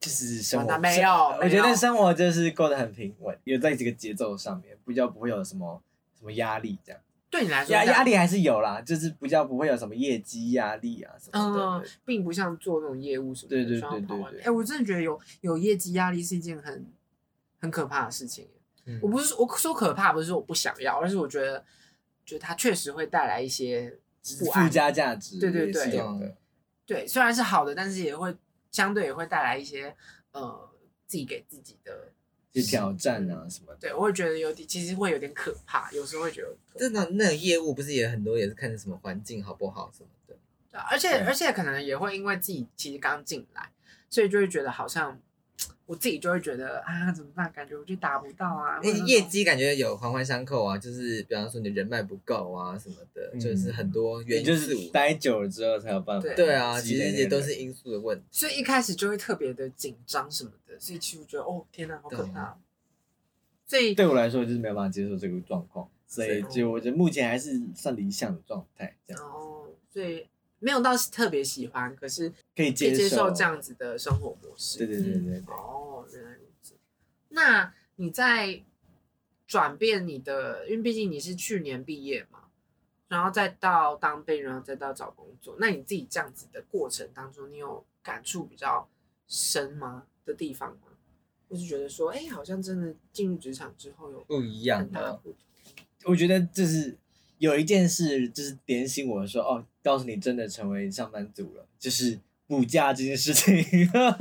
Speaker 3: 就是生
Speaker 1: 完
Speaker 3: 活
Speaker 1: 了没有
Speaker 3: 我
Speaker 1: 没
Speaker 3: 觉
Speaker 1: 有
Speaker 3: 得生活就是过得很平稳，有在这个节奏上面，比较不会有什么什么压力这样。
Speaker 1: 对你来说，
Speaker 3: 压
Speaker 1: 啊这样
Speaker 3: 压力还是有啦，就是比较不会有什么业绩压力啊什么
Speaker 1: 嗯
Speaker 3: 的。，
Speaker 1: 并不像做那种业务什么的，
Speaker 3: 对对
Speaker 1: 需要
Speaker 3: 对
Speaker 1: 跑
Speaker 3: 对
Speaker 1: 完
Speaker 3: 对
Speaker 1: 哎，我真的觉得有有业绩压力是一件很很可怕的事情。
Speaker 2: 嗯
Speaker 1: 我不是我说可怕，不是说我不想要，而是我觉得，觉得它确实会带来一些不
Speaker 3: 附
Speaker 1: 安。
Speaker 3: 加价值
Speaker 1: 对对
Speaker 3: 也是
Speaker 1: 对
Speaker 3: 有的，
Speaker 1: 对，虽然是好的，但是也会相对也会带来一些呃自己给自己的。
Speaker 3: 去挑战啊什么的。
Speaker 1: 对，我会觉得有点，其实会有点可怕，有时候会觉得有点可怕
Speaker 2: 这种那种业务不是也很多，也是看什么环境好不好什么的。
Speaker 1: 对啊而且而且可能也会因为自己其实刚进来，所以就会觉得好像我自己就会觉得啊怎么办？感觉我就达不到啊。
Speaker 2: 那
Speaker 3: 哎
Speaker 1: 或者那
Speaker 2: 业
Speaker 1: 种
Speaker 2: 绩感觉有环环相扣啊，就是比方说你的人脉不够啊什么的，
Speaker 3: 嗯
Speaker 2: 就是很多
Speaker 3: 也
Speaker 2: 元
Speaker 3: 就
Speaker 2: 素
Speaker 3: 是。待久了之后才有办法。
Speaker 2: 对啊，
Speaker 3: 积
Speaker 2: 其实
Speaker 3: 累那个
Speaker 2: 也都是因素的问题。
Speaker 1: 所以一开始就会特别的紧张什么的，所以其实我觉得哦天哪，好可
Speaker 2: 对
Speaker 1: 怕。所以
Speaker 3: 对我来说就是没有办法接受这个状况，所以
Speaker 1: 是哦
Speaker 3: 就我觉得目前还是算理想的状态，这样
Speaker 1: 哦，所以没有到特别喜欢，可是可
Speaker 3: 可以
Speaker 1: 以
Speaker 3: 接
Speaker 1: 接受
Speaker 3: 受
Speaker 1: 这。样子的生活模式。
Speaker 3: 对对对对对。
Speaker 1: 哦，原来如此。那你在转变你的，因为毕竟你是去年毕业嘛，然后再到当兵，然后再到找工作，那你自己这样子的过程当中，你有感触比较深吗的地方吗？或是觉得说，哎、好像真的进入职场之后有
Speaker 2: 不一
Speaker 1: 很
Speaker 2: 样
Speaker 1: 大的
Speaker 3: 啊
Speaker 2: 的，
Speaker 1: 不同。
Speaker 3: 我觉得就是有一件事，就是点醒我说，哦，告诉你真的成为上班族了，就是补假这件事情。
Speaker 1: 哎、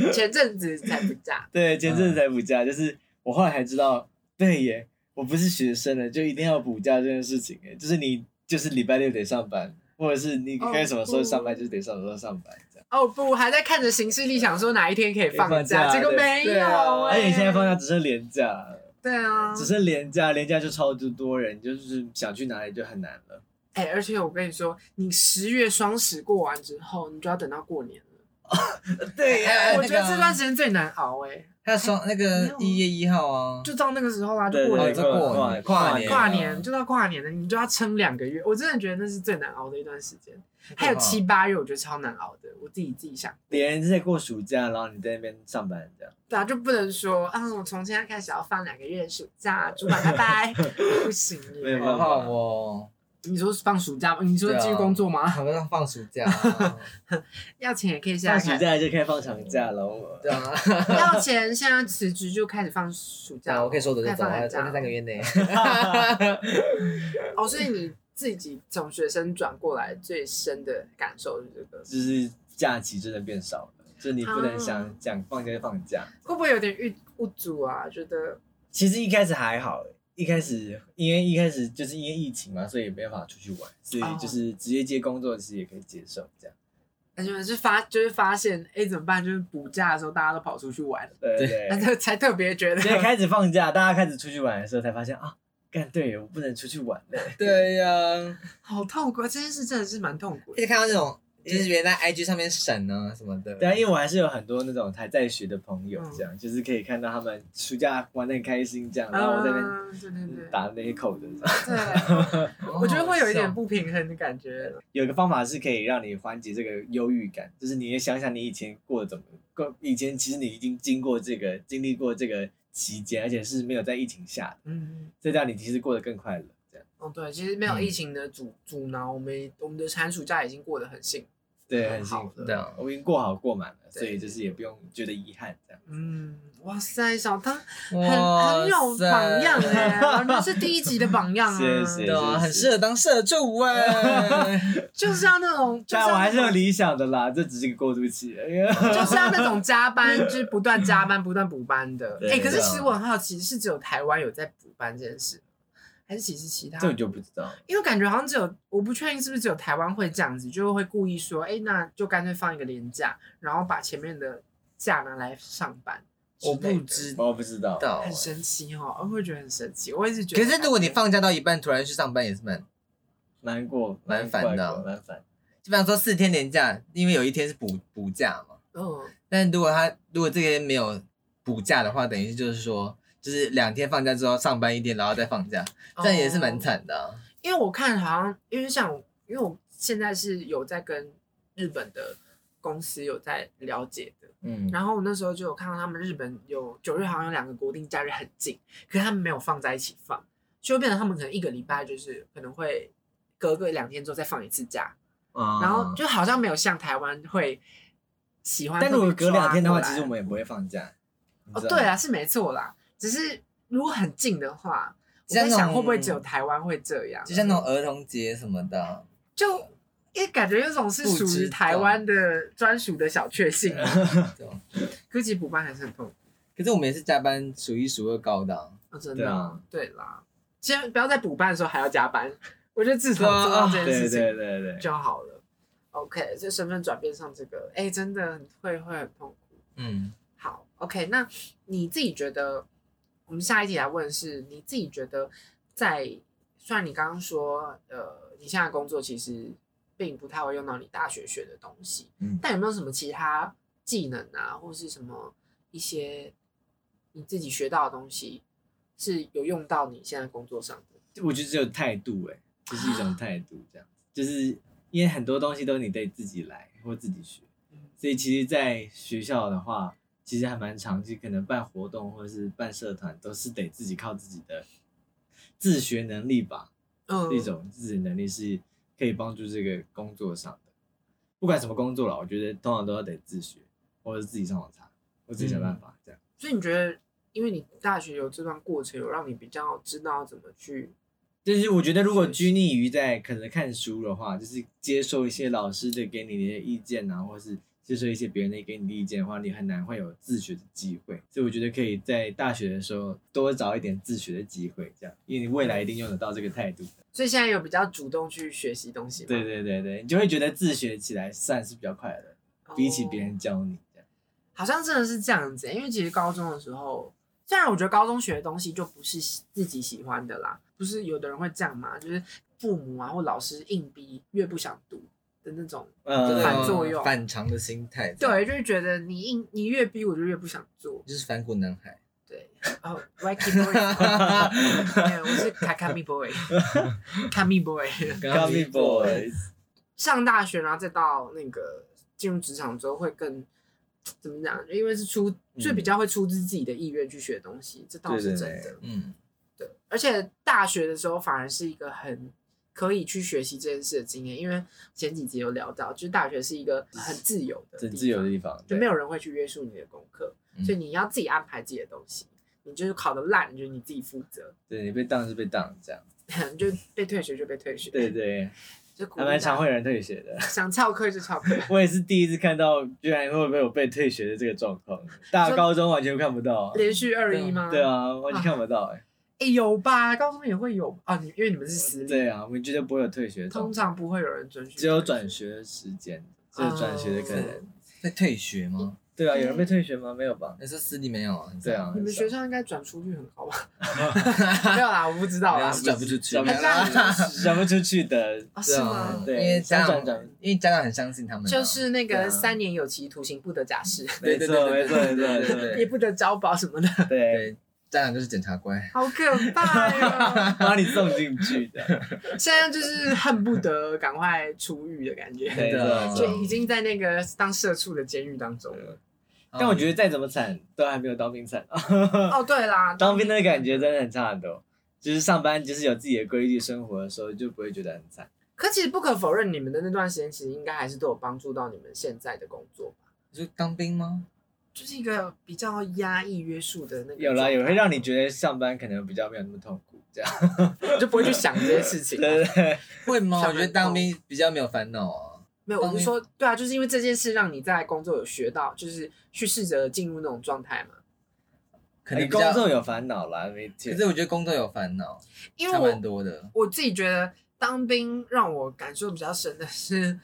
Speaker 3: 嗯
Speaker 1: 前阵子才不假，
Speaker 3: 对，前阵子才补假，就是我后来才知道，对耶，我不是学生了，就一定要补假这件事情，哎，就是你就是礼拜六得上班，或者是你
Speaker 1: 哦
Speaker 3: 该什么时候上班
Speaker 1: 不
Speaker 3: 就是得什么时候上班，这样。
Speaker 1: 哦不，还在看着行事历，想说哪一天可以放假，结果没有、
Speaker 3: 对啊而
Speaker 1: 哎
Speaker 3: 且你现在放假只剩连假了，
Speaker 1: 对啊，
Speaker 3: 只剩连假，连假就超级多人，就是想去哪里就很难了。
Speaker 1: 哎、而且我跟你说，你十月双十过完之后，你就要等到过年了。
Speaker 2: 对呀
Speaker 1: 哎我觉得这段时间最难熬哎、
Speaker 2: 还有双那个
Speaker 1: 没有
Speaker 2: 一月一号啊，
Speaker 1: 就到那个时候啊，就
Speaker 3: 对
Speaker 1: 过
Speaker 3: 对
Speaker 1: 年
Speaker 2: 哦
Speaker 1: 了。
Speaker 2: 这
Speaker 3: 跨
Speaker 2: 过年
Speaker 3: 跨
Speaker 2: 年
Speaker 1: 跨
Speaker 2: 跨
Speaker 1: 年就到跨年了，你就要撑两个月，我真的觉得那是最难熬的一段时间。还有七八月，我觉得超难熬的，我自己自己想。
Speaker 3: 别人是在过暑假，然后你在那边上班这样。
Speaker 1: 对啊，就不能说啊，我从现 在开始要放两个月的暑假，主管拜拜，不行耶
Speaker 3: 没有办
Speaker 2: 好
Speaker 3: 法
Speaker 2: 好哦，
Speaker 1: 你说是放暑假吗？你说
Speaker 2: 啊
Speaker 1: 继续工作 吗？
Speaker 2: 好像放暑假啊，
Speaker 1: 要钱也可以现
Speaker 3: 放
Speaker 1: 在
Speaker 3: 暑
Speaker 1: 开，
Speaker 3: 假就可以放长假了。我
Speaker 2: 对啊，
Speaker 1: 要钱现在辞职就开始放暑
Speaker 2: 对
Speaker 1: 假。
Speaker 2: 啊，我可以说走就走
Speaker 1: 开
Speaker 2: 啊，
Speaker 1: 放寒
Speaker 2: 在
Speaker 1: 假
Speaker 2: 那三个月内，
Speaker 1: 哦，所以你自己从学生转过来最深的感受是这个，
Speaker 3: 就是假期真的变少了，就你不能
Speaker 1: 啊
Speaker 3: 想想放假就放假。
Speaker 1: 会不会有点欲不足啊？觉得
Speaker 3: 其实一开始还好，欸一开始因为一开始就是因为疫情嘛，所以也没办法出去玩，所
Speaker 1: 哦
Speaker 3: 以就是直接接工作其实也可以接受这样。
Speaker 1: 感觉是发就是发现，哎、怎么办？就是补假的时候大家都跑出去玩，
Speaker 3: 对对
Speaker 1: 那就
Speaker 3: 对，
Speaker 1: 才特别觉得
Speaker 3: 所以开始放假，大家开始出去玩的时候才发现啊，干对，我不能出去玩了。
Speaker 2: 对呀。
Speaker 1: 好痛苦啊，这件事真的是蛮痛苦
Speaker 2: 一
Speaker 1: 的。
Speaker 2: 直看到那种，就是原来 IG 上面闪啊什么的，
Speaker 3: 对啊，因为我还是有很多那种还在学的朋友
Speaker 1: 嗯，
Speaker 3: 这样、就是可以看到他们暑假玩的很开心，这样， 然后我在那边
Speaker 1: 嗯，对对对，
Speaker 3: 打那些口的。这样
Speaker 1: 对，
Speaker 2: 哦
Speaker 1: 我觉得会有一点
Speaker 2: 好
Speaker 1: 不平衡的感觉。
Speaker 3: 有一个方法是可以让你缓解这个忧郁感，就是你也想想你以前过得怎么过，以前其实你已经经过这个经历过这个期间，而且是没有在疫情下的，
Speaker 1: 嗯，
Speaker 3: 这让你其实过得更快乐。这样
Speaker 1: 哦对，其实没有
Speaker 2: 嗯
Speaker 1: 疫情的阻阻挠，我们我们的寒暑假已经过得很幸福。
Speaker 3: 对，
Speaker 1: 很
Speaker 3: 很幸
Speaker 1: 好
Speaker 3: 福
Speaker 2: 爽。对啊，
Speaker 3: 我已经过好过满了，
Speaker 1: 对
Speaker 3: 所以就是也不用觉得遗憾这样。
Speaker 1: 嗯，哇塞，小汤很
Speaker 2: 哇
Speaker 1: 很有
Speaker 2: 塞
Speaker 1: 榜样哎、完全是第一集的榜样啊！
Speaker 3: 谢谢
Speaker 2: 对 啊，很适合当社畜 哎、
Speaker 1: 就是要那种，就是
Speaker 3: 啊但我
Speaker 1: 要
Speaker 3: 还
Speaker 1: 那
Speaker 3: 是有
Speaker 1: 种，
Speaker 3: 理想的啦，这只是一个过渡期而已。
Speaker 1: 就是要那种加班，就是不断加班、不断补班的。
Speaker 3: 对
Speaker 1: 哎、可是
Speaker 2: 对啊
Speaker 1: 其实我很好奇，是只有台湾有在补班这件事，还是其实其他
Speaker 3: 这？我就不知道了。
Speaker 1: 因为感觉好像只有，我不确定是不是只有台湾会这样子，就会故意说，哎、那就干脆放一个年假，然后把前面的假拿来上班。
Speaker 2: 我
Speaker 1: 之类
Speaker 2: 不
Speaker 1: 的
Speaker 2: 知
Speaker 3: 我不知道，
Speaker 2: 道、
Speaker 1: 很
Speaker 2: 欸。
Speaker 1: 神奇哦，我会觉得很神奇。我一直觉
Speaker 2: 可
Speaker 1: 得，
Speaker 2: 是如果你，放假到一半突然去上班也是蛮，
Speaker 3: 难过，
Speaker 2: 蛮烦的啊
Speaker 3: 蛮烦。
Speaker 2: 基本上说四天年假，因为有一天是补补假嘛。
Speaker 1: 嗯，
Speaker 2: 但如果他如果这天没有补假的话，等于就是说就是两天放假之后上班一天，然后再放假，这样也是蛮
Speaker 1: 哦
Speaker 2: 惨的、啊。
Speaker 1: 因为我看好像，因为像我，因为我现在是有在跟日本的公司有在了解的，
Speaker 3: 嗯，
Speaker 1: 然后我那时候就有看到他们日本有九月好像有两个国定假日很近，可是他们没有放在一起放，就会变成他们可能一个礼拜就是可能会隔个两天之后再放一次假，然
Speaker 3: 嗯
Speaker 2: 然
Speaker 1: 后就好像没有像台湾会喜欢。
Speaker 3: 但如果隔两天的话，其实我
Speaker 1: 们
Speaker 3: 们也不会放假。你
Speaker 1: 哦
Speaker 3: 知道
Speaker 1: 对
Speaker 3: 吗
Speaker 1: 啊是没错啦，只是如果很近的话，我
Speaker 2: 像
Speaker 1: 在
Speaker 2: 那
Speaker 1: 想
Speaker 2: 种
Speaker 1: 会不会只有台湾会这样，
Speaker 2: 啊就像那种儿童节什么的啊，
Speaker 1: 就因为感觉有种是属于台湾的专属的小确幸，
Speaker 2: 对啊
Speaker 1: 科技补班还是很痛苦。
Speaker 2: 可是我们也是加班数一数二高的、啊。
Speaker 1: 哦、真
Speaker 3: 对
Speaker 1: 的，
Speaker 3: 啊，
Speaker 1: 对啦，千万不要在补班的时候还要加班，我觉得至少
Speaker 2: 对啊
Speaker 1: 做到这件
Speaker 3: 对
Speaker 1: 事
Speaker 3: 对
Speaker 1: 情
Speaker 3: 对对，
Speaker 1: 就好了。OK，这身份转变上这个，哎、真的很会会很痛苦。
Speaker 2: 嗯，
Speaker 1: 好，OK，那你自己觉得，我们下一题来问是，你自己觉得在，虽然你刚刚说，呃，你现在工作其实并不太会用到你大学学的东西，
Speaker 3: 嗯
Speaker 1: 但有没有什么其他技能啊，或是什么一些你自己学到的东西是有用到你现在工作上的？
Speaker 3: 我觉得只有态度、欸，哎，就是一种
Speaker 1: 啊
Speaker 3: 态度，这样，就是因为很多东西都你得自己来或自己学
Speaker 1: 嗯，
Speaker 3: 所以其实，在学校的话，其实还蛮长期，可能办活动或者是办社团，都是得自己靠自己的自学能力吧。
Speaker 1: 嗯
Speaker 3: 这种自己能力是可以帮助这个工作上的，不管什么工作了，我觉得通常都要得自学，或者是自己上网查，或自己想
Speaker 1: 嗯
Speaker 3: 办法、这样。
Speaker 1: 所以你觉得，因为你大学有这段过程，有让你比较知道怎么去，
Speaker 3: 就是我觉得，如果
Speaker 1: 是
Speaker 3: 拘泥于在可能看书的话，就是接受一些老师的给你的一些意见啊，或是接受一些别人的给你的意见的话，你很难会有自学的机会。所以我觉得可以在大学的时候多找一点自学的机会，这样，因为你未来一定用得到这个态度。
Speaker 1: 所以现在有比较主动去学习东西吗？
Speaker 3: 对对对对，你就会觉得自学起来算是比较快乐，比起别
Speaker 1: 哦
Speaker 3: 人教你这样。
Speaker 1: 好像真的是这样子欸、因为其实高中的时候，虽然我觉得高中学的东西就不是喜自己喜欢的啦，不是有的人会这样嘛，就是父母啊或老师硬逼，越不想读的那种，
Speaker 3: 呃，
Speaker 1: 反作用
Speaker 2: 嗯啊反常的心态。，
Speaker 1: 对，就是觉得你硬你越逼我就越不想做，
Speaker 2: 就是反骨男孩。
Speaker 1: 对，哦 r i k y Boy，没有，我是 Kakami Boy，Kami Boy。
Speaker 3: Gummy Boys，
Speaker 1: 上大学，然后再到那个进入职场之后，会更怎么讲？因为是出，就比较会出自自己的意愿去学东西，这倒是真的。
Speaker 3: 对对
Speaker 2: 嗯，
Speaker 1: 对，而且大学的时候反而是一个很可以去学习这件事的经验，因为前几集有聊到，就是大学是一个很自由的，
Speaker 3: 很自由的，地方，
Speaker 1: 就没
Speaker 3: 有
Speaker 1: 有人会去约束你的功课，
Speaker 2: 嗯
Speaker 1: 所以你要自己安排自己的东西。你就是考的烂，你就是你自己负责，
Speaker 3: 对你被当是被当这样，
Speaker 1: 你就被退学就被退学。
Speaker 3: 对，对，
Speaker 1: 就鼓
Speaker 3: 还
Speaker 1: 励
Speaker 3: 蛮
Speaker 1: 大
Speaker 3: 常
Speaker 1: 家
Speaker 3: 会有人退学的。
Speaker 1: 想翘课就翘课。
Speaker 3: 我也是第一次看到，居然会有被退学的这个状况，大
Speaker 1: 说
Speaker 3: 高中完全看不到啊、
Speaker 1: 连续二一吗？
Speaker 3: 对，啊，完全看不到哎、
Speaker 1: 哎、有吧？高中也会有啊，你因为你们是私立，
Speaker 3: 对啊，我们绝对不会有退学的状
Speaker 1: 通
Speaker 3: 况，
Speaker 1: 常不会有人准许，啊
Speaker 3: 只有转学的时间，只有转学的可能。
Speaker 2: 会退学吗？
Speaker 3: 对啊，有人被退学吗？没有吧？
Speaker 2: 那是私立没有啊？
Speaker 3: 对啊，
Speaker 1: 你们
Speaker 3: 很少
Speaker 1: 学校应该转出率很高 吧？没有啦，我不知道
Speaker 2: 没有
Speaker 1: 啦
Speaker 2: 是。转不出去，
Speaker 3: 啊转不
Speaker 1: 出去
Speaker 3: 转啊不出去的，
Speaker 1: 啊，
Speaker 2: 对
Speaker 1: 是
Speaker 2: 啊
Speaker 1: 吗，？
Speaker 2: 因
Speaker 3: 对
Speaker 2: 为家
Speaker 3: 想
Speaker 2: 长
Speaker 3: 转转，
Speaker 2: 因为家长很相信他们啊，
Speaker 1: 就是那
Speaker 3: 对
Speaker 1: 个
Speaker 3: 啊
Speaker 1: 三年有期徒刑不得假释，
Speaker 2: 对
Speaker 3: 没
Speaker 2: 对
Speaker 3: 错
Speaker 2: 对对
Speaker 3: 没错
Speaker 2: 对
Speaker 3: 没
Speaker 2: 对
Speaker 3: 错
Speaker 2: 对
Speaker 3: 没
Speaker 1: 也不得交保什么的，
Speaker 3: 错，对，
Speaker 2: 对，家长就是检察官，
Speaker 1: 好可怕哟！
Speaker 3: 把你送进去的，
Speaker 1: 现在就是恨不得赶快出狱的感觉，
Speaker 3: 没
Speaker 2: 对啊
Speaker 3: 错。
Speaker 1: 就已经在那个当社畜的监狱当中了。
Speaker 3: 但我觉
Speaker 2: 得
Speaker 3: 得再怎么惨，都还没有当兵惨。啊
Speaker 1: 哦，对啦，
Speaker 3: 当兵的感觉真的很差很多，就是上班就是有自己的规律生活的时候，就不会觉得很惨。
Speaker 1: 可其实不可否认，你们的那段时间其实应该还是都有帮助到你们现在的工作吧，
Speaker 2: 你说当兵吗？
Speaker 1: 就是一个比较压抑约束的那个状态，
Speaker 3: 有啦，也会让你觉得上班可能比较没有那么痛苦，这样。
Speaker 1: 就不会去想这些事情啊
Speaker 3: 对。对对，
Speaker 2: 会吗？
Speaker 1: 上
Speaker 2: 我觉得
Speaker 1: 班
Speaker 3: 哦
Speaker 2: 当
Speaker 1: 后
Speaker 2: 兵比较没有烦恼啊。
Speaker 1: 没有，我是
Speaker 2: 当
Speaker 1: 说，对啊，就是因为这件事让你在工作有学到，就是去试着进入那种状态嘛。
Speaker 2: 可能
Speaker 3: 你
Speaker 2: 比
Speaker 3: 哎工
Speaker 2: 较
Speaker 3: 作有烦恼啦，没
Speaker 2: 可
Speaker 3: 错。
Speaker 2: 是我觉得工作有烦恼，
Speaker 1: 因为
Speaker 2: 差
Speaker 1: 我
Speaker 2: 蛮多的。
Speaker 1: 我自己觉得当兵让我感受比较深的是，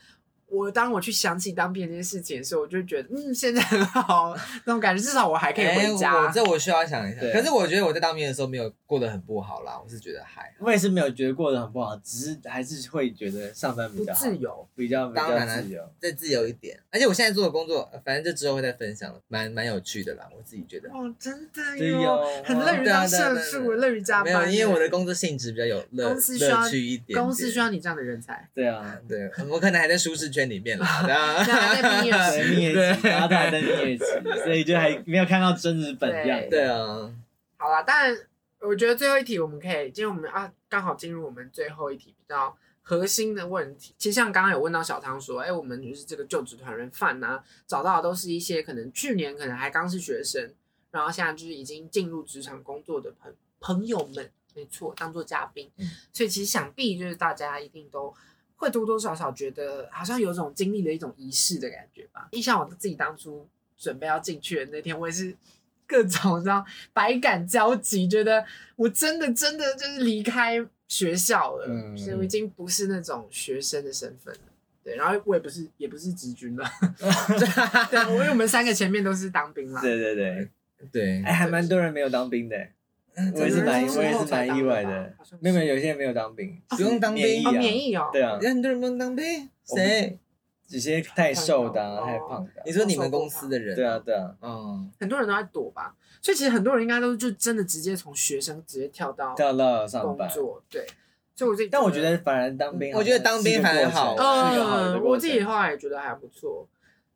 Speaker 1: 我当我去想起当兵这件事情的时候，我就觉得嗯，现在很好，那种感觉，至少我还可以
Speaker 2: 哎
Speaker 1: 回家。
Speaker 2: 我这我需要想一下。
Speaker 3: 对
Speaker 2: 可是我觉得我在当兵的时候没有过得很不好啦，我是觉得还好。
Speaker 3: 我也是没有觉得过得很不好，只是还是会觉得上班比
Speaker 1: 不
Speaker 3: 较好
Speaker 1: 自，由，
Speaker 3: 比较比
Speaker 2: 当
Speaker 3: 较
Speaker 2: 然啦
Speaker 3: 自由。
Speaker 2: 再自由一点，而且我现在做的工作，呃反正就之后会再分享了，蛮蛮有趣的啦，我自己觉得。
Speaker 1: 哦，真的
Speaker 3: 对哟
Speaker 1: 哟，很乐于
Speaker 2: 对啊
Speaker 1: 当
Speaker 2: 对啊
Speaker 1: 社
Speaker 2: 对啊
Speaker 1: 畜，
Speaker 2: 对啊
Speaker 1: 乐于加
Speaker 2: 没有，
Speaker 1: 班。
Speaker 2: 因为我的工作性质比较有乐
Speaker 1: 公司需要
Speaker 2: 乐趣一点点
Speaker 1: 公司需要你这样的人才，
Speaker 3: 对啊，
Speaker 2: 对，我可能还在舒适圈里 面啦。对
Speaker 1: 这样
Speaker 2: 啊
Speaker 1: 还在毕业时
Speaker 3: 对蜜月期，大家都还在蜜月期，所以就还没有看到真实本样。
Speaker 2: 对啊，
Speaker 1: 好啦，但我觉得最后一题我们可以，因为我们啊刚好进入我们最后一题比较核心的问题。其实像刚刚有问到小汤说，哎、我们就是这个就职团员啊饭呐、找到的都是一些可能去年可能还刚是学生，然后现在就是已经进入职场工作的朋朋友们，没错，当做嘉宾。
Speaker 2: 嗯
Speaker 1: 所以其实想必就是大家一定都。会多多少少觉得好像有种经历了一种仪式的感觉吧。印象我自己当初准备要进去的那天，我也是 各种让百感交集，觉得我真的真的就是离开学校了，
Speaker 3: 嗯
Speaker 1: 就是我已经不是那种学生的身份了。对，然后我也不是也不是职军了，对，啊我因为我们三个前面都是当兵啦。
Speaker 3: 对对对，
Speaker 2: 对
Speaker 3: 哎，，还蛮多人没有当兵的，
Speaker 1: 嗯
Speaker 3: 我也是蛮我也是蛮意外的。没有没有，有些人没有当兵，
Speaker 2: 不用当兵
Speaker 1: 哦，
Speaker 3: 啊
Speaker 1: 免疫哦，
Speaker 3: 对啊，
Speaker 2: 有很多人不用当兵，谁？
Speaker 3: 有些太瘦的啊，太胖的啊
Speaker 2: 你。说你们公司的人？
Speaker 3: 对啊，，对啊，
Speaker 2: 嗯，
Speaker 1: 很多人都在躲吧，所以其实很多人应该都就真的直接从学生直接跳到
Speaker 3: 跳到上
Speaker 1: 工
Speaker 3: 班。
Speaker 1: 作，对，所以我自己，
Speaker 3: 但我觉得反而当兵好像
Speaker 2: 我觉得当兵反而好
Speaker 3: 是个过程是一个好的
Speaker 1: 嗯，
Speaker 3: 过
Speaker 1: 我
Speaker 3: 程
Speaker 1: 自己后来也觉得还不错。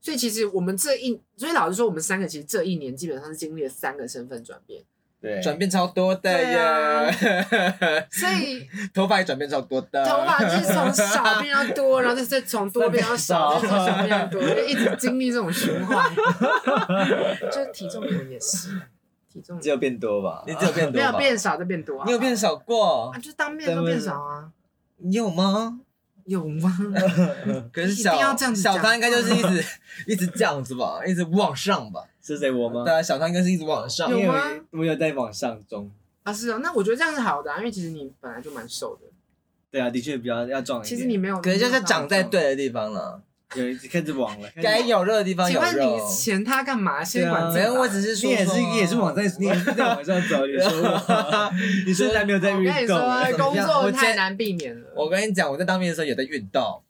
Speaker 1: 所以其实我们这一，所以老实说，我们三个其实这一年基本上是经历了三个身份转变，
Speaker 3: 对
Speaker 2: 转变超多的
Speaker 1: 对啊
Speaker 2: 耶，
Speaker 1: 所以
Speaker 2: 头发也转变超多的，
Speaker 1: 头发就是从少变到多，然后再再从多变到少，
Speaker 3: 再
Speaker 1: 再从
Speaker 3: 变少
Speaker 1: 少变到多，就一直经历这种循环。就体重可能也是，体重
Speaker 3: 只有变多吧？
Speaker 2: 你只有变多
Speaker 1: 没有
Speaker 2: 吧
Speaker 1: 变少再变多啊，
Speaker 2: 你有变少过
Speaker 1: 啊？？就当面都变少啊，
Speaker 2: 你有吗？
Speaker 1: 有吗？
Speaker 2: 可是
Speaker 1: 一
Speaker 2: 小
Speaker 1: 定要这样子讲
Speaker 2: 小汤应该就是一直 一直这样子吧，一直往上吧。
Speaker 3: 是谁我吗
Speaker 2: 对？啊，小汤应该是一直往上
Speaker 1: 有。
Speaker 3: 因为
Speaker 1: 吗
Speaker 3: 我有在往上中。
Speaker 1: 啊是哦，那我觉得这样是好的、啊，因为其实你本来就蛮瘦的，
Speaker 3: 对啊，的确比较要壮一点。
Speaker 1: 其实你没有，
Speaker 2: 可能就是长在
Speaker 1: 对。
Speaker 2: 对的地方了，
Speaker 3: 有开始往了，开始
Speaker 2: 该有肉的地方
Speaker 1: 请
Speaker 2: 有
Speaker 1: 问
Speaker 2: 肉
Speaker 1: 你。嫌他干嘛？先管
Speaker 3: 对啊
Speaker 1: 自
Speaker 2: 没
Speaker 1: 己
Speaker 2: 有，
Speaker 1: 吧
Speaker 2: 我只是
Speaker 3: 你
Speaker 2: 说，
Speaker 3: 也是你也是往 在，你也是在往上走，你说我，你身材没有在
Speaker 1: 我
Speaker 3: 运
Speaker 1: 跟你
Speaker 3: 动，
Speaker 1: 说，啊
Speaker 2: 怎么
Speaker 1: 工
Speaker 2: 样
Speaker 1: 作
Speaker 2: 我
Speaker 1: 太
Speaker 2: 在
Speaker 1: 难避免了。
Speaker 2: 我跟你讲，我在当兵的时候也在运动。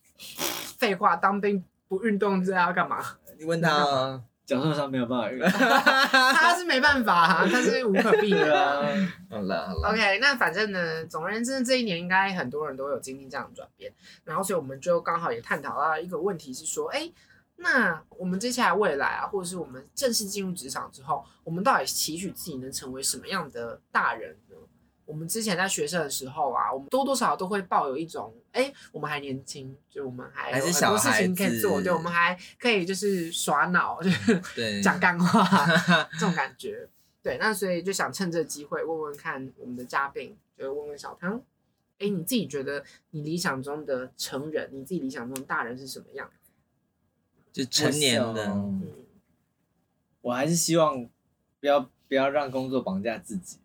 Speaker 1: 废话，当兵不运动这要 干嘛？
Speaker 2: 你问他啊，
Speaker 3: 脚受伤没有办法 运动，
Speaker 1: 他是没办法、啊，他是无可避免
Speaker 3: 对
Speaker 1: 的。
Speaker 3: 啊，
Speaker 2: 好了好了，
Speaker 1: OK，那反正呢，总而言之，这一年应该很多人都有经历这样的转变，然后所以我们就刚好也探讨到一个问题是说，哎、那我们接下来未来啊，或者是我们正式进入职场之后，我们到底期许自己能成为什么样的大人呢？我们之前在学生的时候啊，我们多多少少都会抱有一种，哎、我们还年轻，就我们还
Speaker 2: 还
Speaker 1: 有
Speaker 2: 是
Speaker 1: 很多
Speaker 2: 小
Speaker 1: 事
Speaker 2: 孩
Speaker 1: 情可以做，
Speaker 2: 子
Speaker 1: 对，我们还可以就是耍脑，就是
Speaker 3: 嗯
Speaker 2: 对，
Speaker 1: 讲干话 这种感觉。对，那所以就想趁这机会问问看我们的嘉宾，就是问问小汤，哎、你自己觉得你理想中的成人，你自己理想中的大人是什么样？
Speaker 2: 就成年人，
Speaker 3: 我
Speaker 1: 嗯，
Speaker 3: 我还是希望不要不要让工作绑架自己。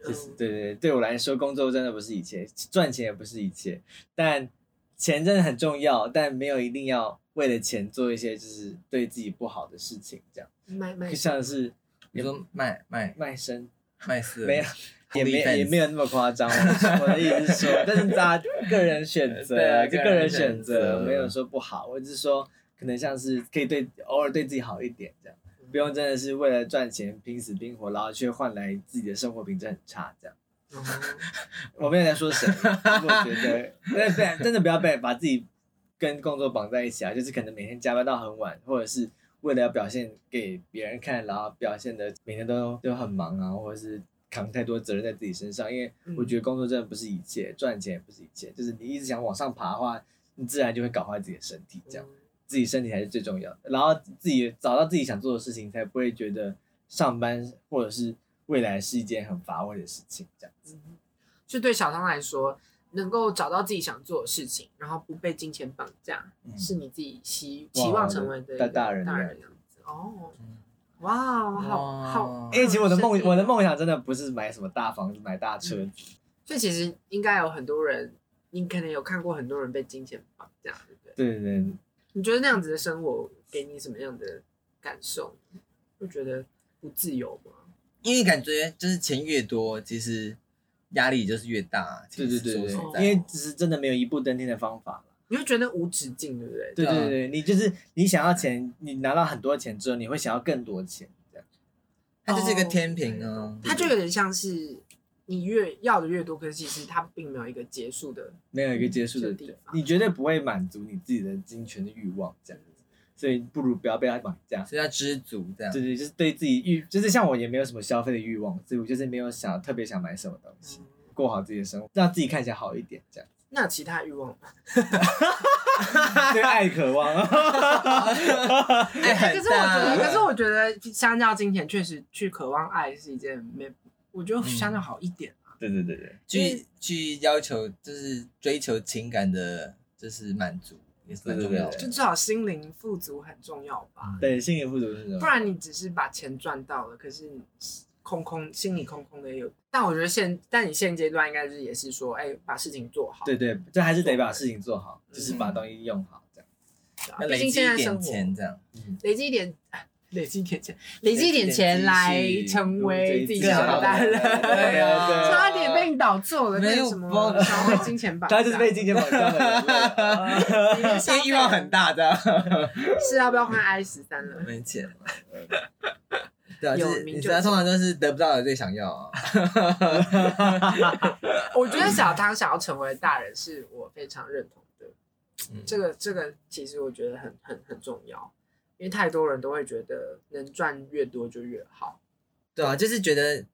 Speaker 3: 就是
Speaker 1: 嗯
Speaker 3: 对对对，对我来说，工作真的不是一切，赚钱也不是一切，但钱真的很重要，但没有一定要为了钱做一些就是对自己不好的事情，这样
Speaker 1: 蛮蛮
Speaker 3: 就像是
Speaker 2: 你说卖卖
Speaker 3: 卖身，
Speaker 2: 卖死
Speaker 3: 没有也没
Speaker 2: OnlyFans
Speaker 3: 也没有那么夸张。我的我的意思是说，但是大家个人选择，
Speaker 2: 对啊
Speaker 3: 就
Speaker 2: 个
Speaker 3: 个
Speaker 2: 人
Speaker 3: 人
Speaker 2: 选
Speaker 3: 选
Speaker 2: 择嗯
Speaker 3: 择，没有说不好，我只是说可能像是可以对偶尔对自己好一点这样。
Speaker 2: 嗯
Speaker 3: 不用真的是为了赚钱拼死拼活，然后却换来自己的生活品质很差这样。
Speaker 1: 嗯
Speaker 3: 我没有在说谁，但是我觉得，但不然真的不要被把自己跟工作绑在一起啊，就是可能每天加班到很晚，或者是为了要表现给别人看，然后表现的每天都都很忙啊，或者是扛太多责任在自己身上。因为我觉得工作真的不是一切，赚钱也不是一切，就是你一直想往上爬的话，你自然就会搞坏自己的身体， 这样
Speaker 1: 嗯
Speaker 3: 自己身体还是最重要的。然后自己找到自己想做的事情，才不会觉得上班或者是未来是一件很乏味的事情，这样。
Speaker 1: 嗯就对小汤来说，能够找到自己想做的事情，然后不被金钱绑架，
Speaker 2: 嗯
Speaker 1: 是你自己期
Speaker 3: 哇
Speaker 1: 期望成为的一个
Speaker 3: 大大人的
Speaker 1: 大
Speaker 3: 样
Speaker 1: 人的样子。哦，哇，我好好
Speaker 2: 哇。
Speaker 3: 哎因为其实我的梦，
Speaker 1: 好有
Speaker 3: 我的，
Speaker 1: 深意
Speaker 3: 梦想真的不是买什么大房子、买大车，
Speaker 2: 嗯
Speaker 1: 所以其实应该有很多人，你可能有看过很多人被金钱绑架，对不对？
Speaker 3: 对对对，
Speaker 1: 你觉得那样子的生活给你什么样的感受？会觉得不自由吗？
Speaker 2: 因为感觉就是钱越多，其实压力就是越大。
Speaker 3: 对对对
Speaker 2: 其实说
Speaker 3: 对
Speaker 2: 实在
Speaker 3: 对，因为只是真的没有一步登天的方法了。
Speaker 1: 你会觉得无止境，对不对？
Speaker 2: 对
Speaker 3: 对
Speaker 2: 啊
Speaker 3: 对对，你就是你想要钱，你拿到很多钱之后，你会想要更多钱，这样
Speaker 2: 它就是一个天平啊，
Speaker 1: 哦它就有点像是你越要的越多，可是其实它并没有一个结束的。
Speaker 3: 没有一个结束的
Speaker 1: 这地
Speaker 3: 点，
Speaker 1: 方
Speaker 2: 嗯
Speaker 3: 你绝对不会满足你自己的金钱的欲望，这样子，所以不如不要被他绑架。
Speaker 2: 所以要知足这样
Speaker 3: 对。对，就是对自己欲，就是像我也没有什么消费的欲望，所以我就是没有想特别想买什么东西，过好自己的生活，让自己看起来好一点， 这样
Speaker 1: 那有其他欲望吗？
Speaker 3: 对爱渴望。
Speaker 2: 哎，
Speaker 1: 可是我
Speaker 2: 很
Speaker 1: 觉
Speaker 2: 大
Speaker 1: 得，可是我觉得，相较金钱，确实去渴望爱是一件没，我觉得相较好一点啊。
Speaker 3: 对对对对。
Speaker 2: 去去要求就是追求情感的，就是满足也是很重要
Speaker 3: 对
Speaker 2: 的
Speaker 1: 就。至少心灵富足很重要吧，
Speaker 3: 对，心理富足是什么？
Speaker 1: 不然你只是把钱赚到了，可是空空心里空空的也有。但我觉得现，但你现阶段应该是也是说，哎，把事情做好。
Speaker 3: 对对，这还是得把事情做好，就是把
Speaker 2: 嗯
Speaker 3: 东西用好，这样。
Speaker 1: 对啊，
Speaker 2: 要
Speaker 1: 毕
Speaker 2: 累
Speaker 1: 竟
Speaker 2: 积
Speaker 1: 现
Speaker 2: 一
Speaker 1: 在生活
Speaker 2: 点钱这样，
Speaker 1: 累积一点，哎累积一点钱，累积一点
Speaker 2: 积
Speaker 1: 钱
Speaker 2: 蓄
Speaker 1: 来成为自己
Speaker 2: 更
Speaker 1: 想
Speaker 2: 好
Speaker 1: 要的
Speaker 2: 的
Speaker 1: 大人。
Speaker 2: 对啊
Speaker 1: 差点被你导错了，
Speaker 2: 没有
Speaker 1: 那什么
Speaker 2: 包
Speaker 1: 消费金 钱绑架？
Speaker 3: 他就是被金钱绑架的人类啊。
Speaker 1: 你的消费
Speaker 2: 因为欲望很大这样，
Speaker 1: 是啊要不要换 i 十三了？
Speaker 2: 没钱了。 对啊，
Speaker 1: 有
Speaker 2: 就是
Speaker 1: 名
Speaker 2: 你
Speaker 1: 就
Speaker 2: 知道，
Speaker 1: 有
Speaker 2: 通常就是得不到的最想要啊。
Speaker 1: 我觉得小汤想要成为大人，是我非常认同的。
Speaker 2: 嗯
Speaker 1: 这个这个其实我觉得很很很重要，因为太多人都会觉得能赚越多就越好。
Speaker 2: 对啊，就是觉得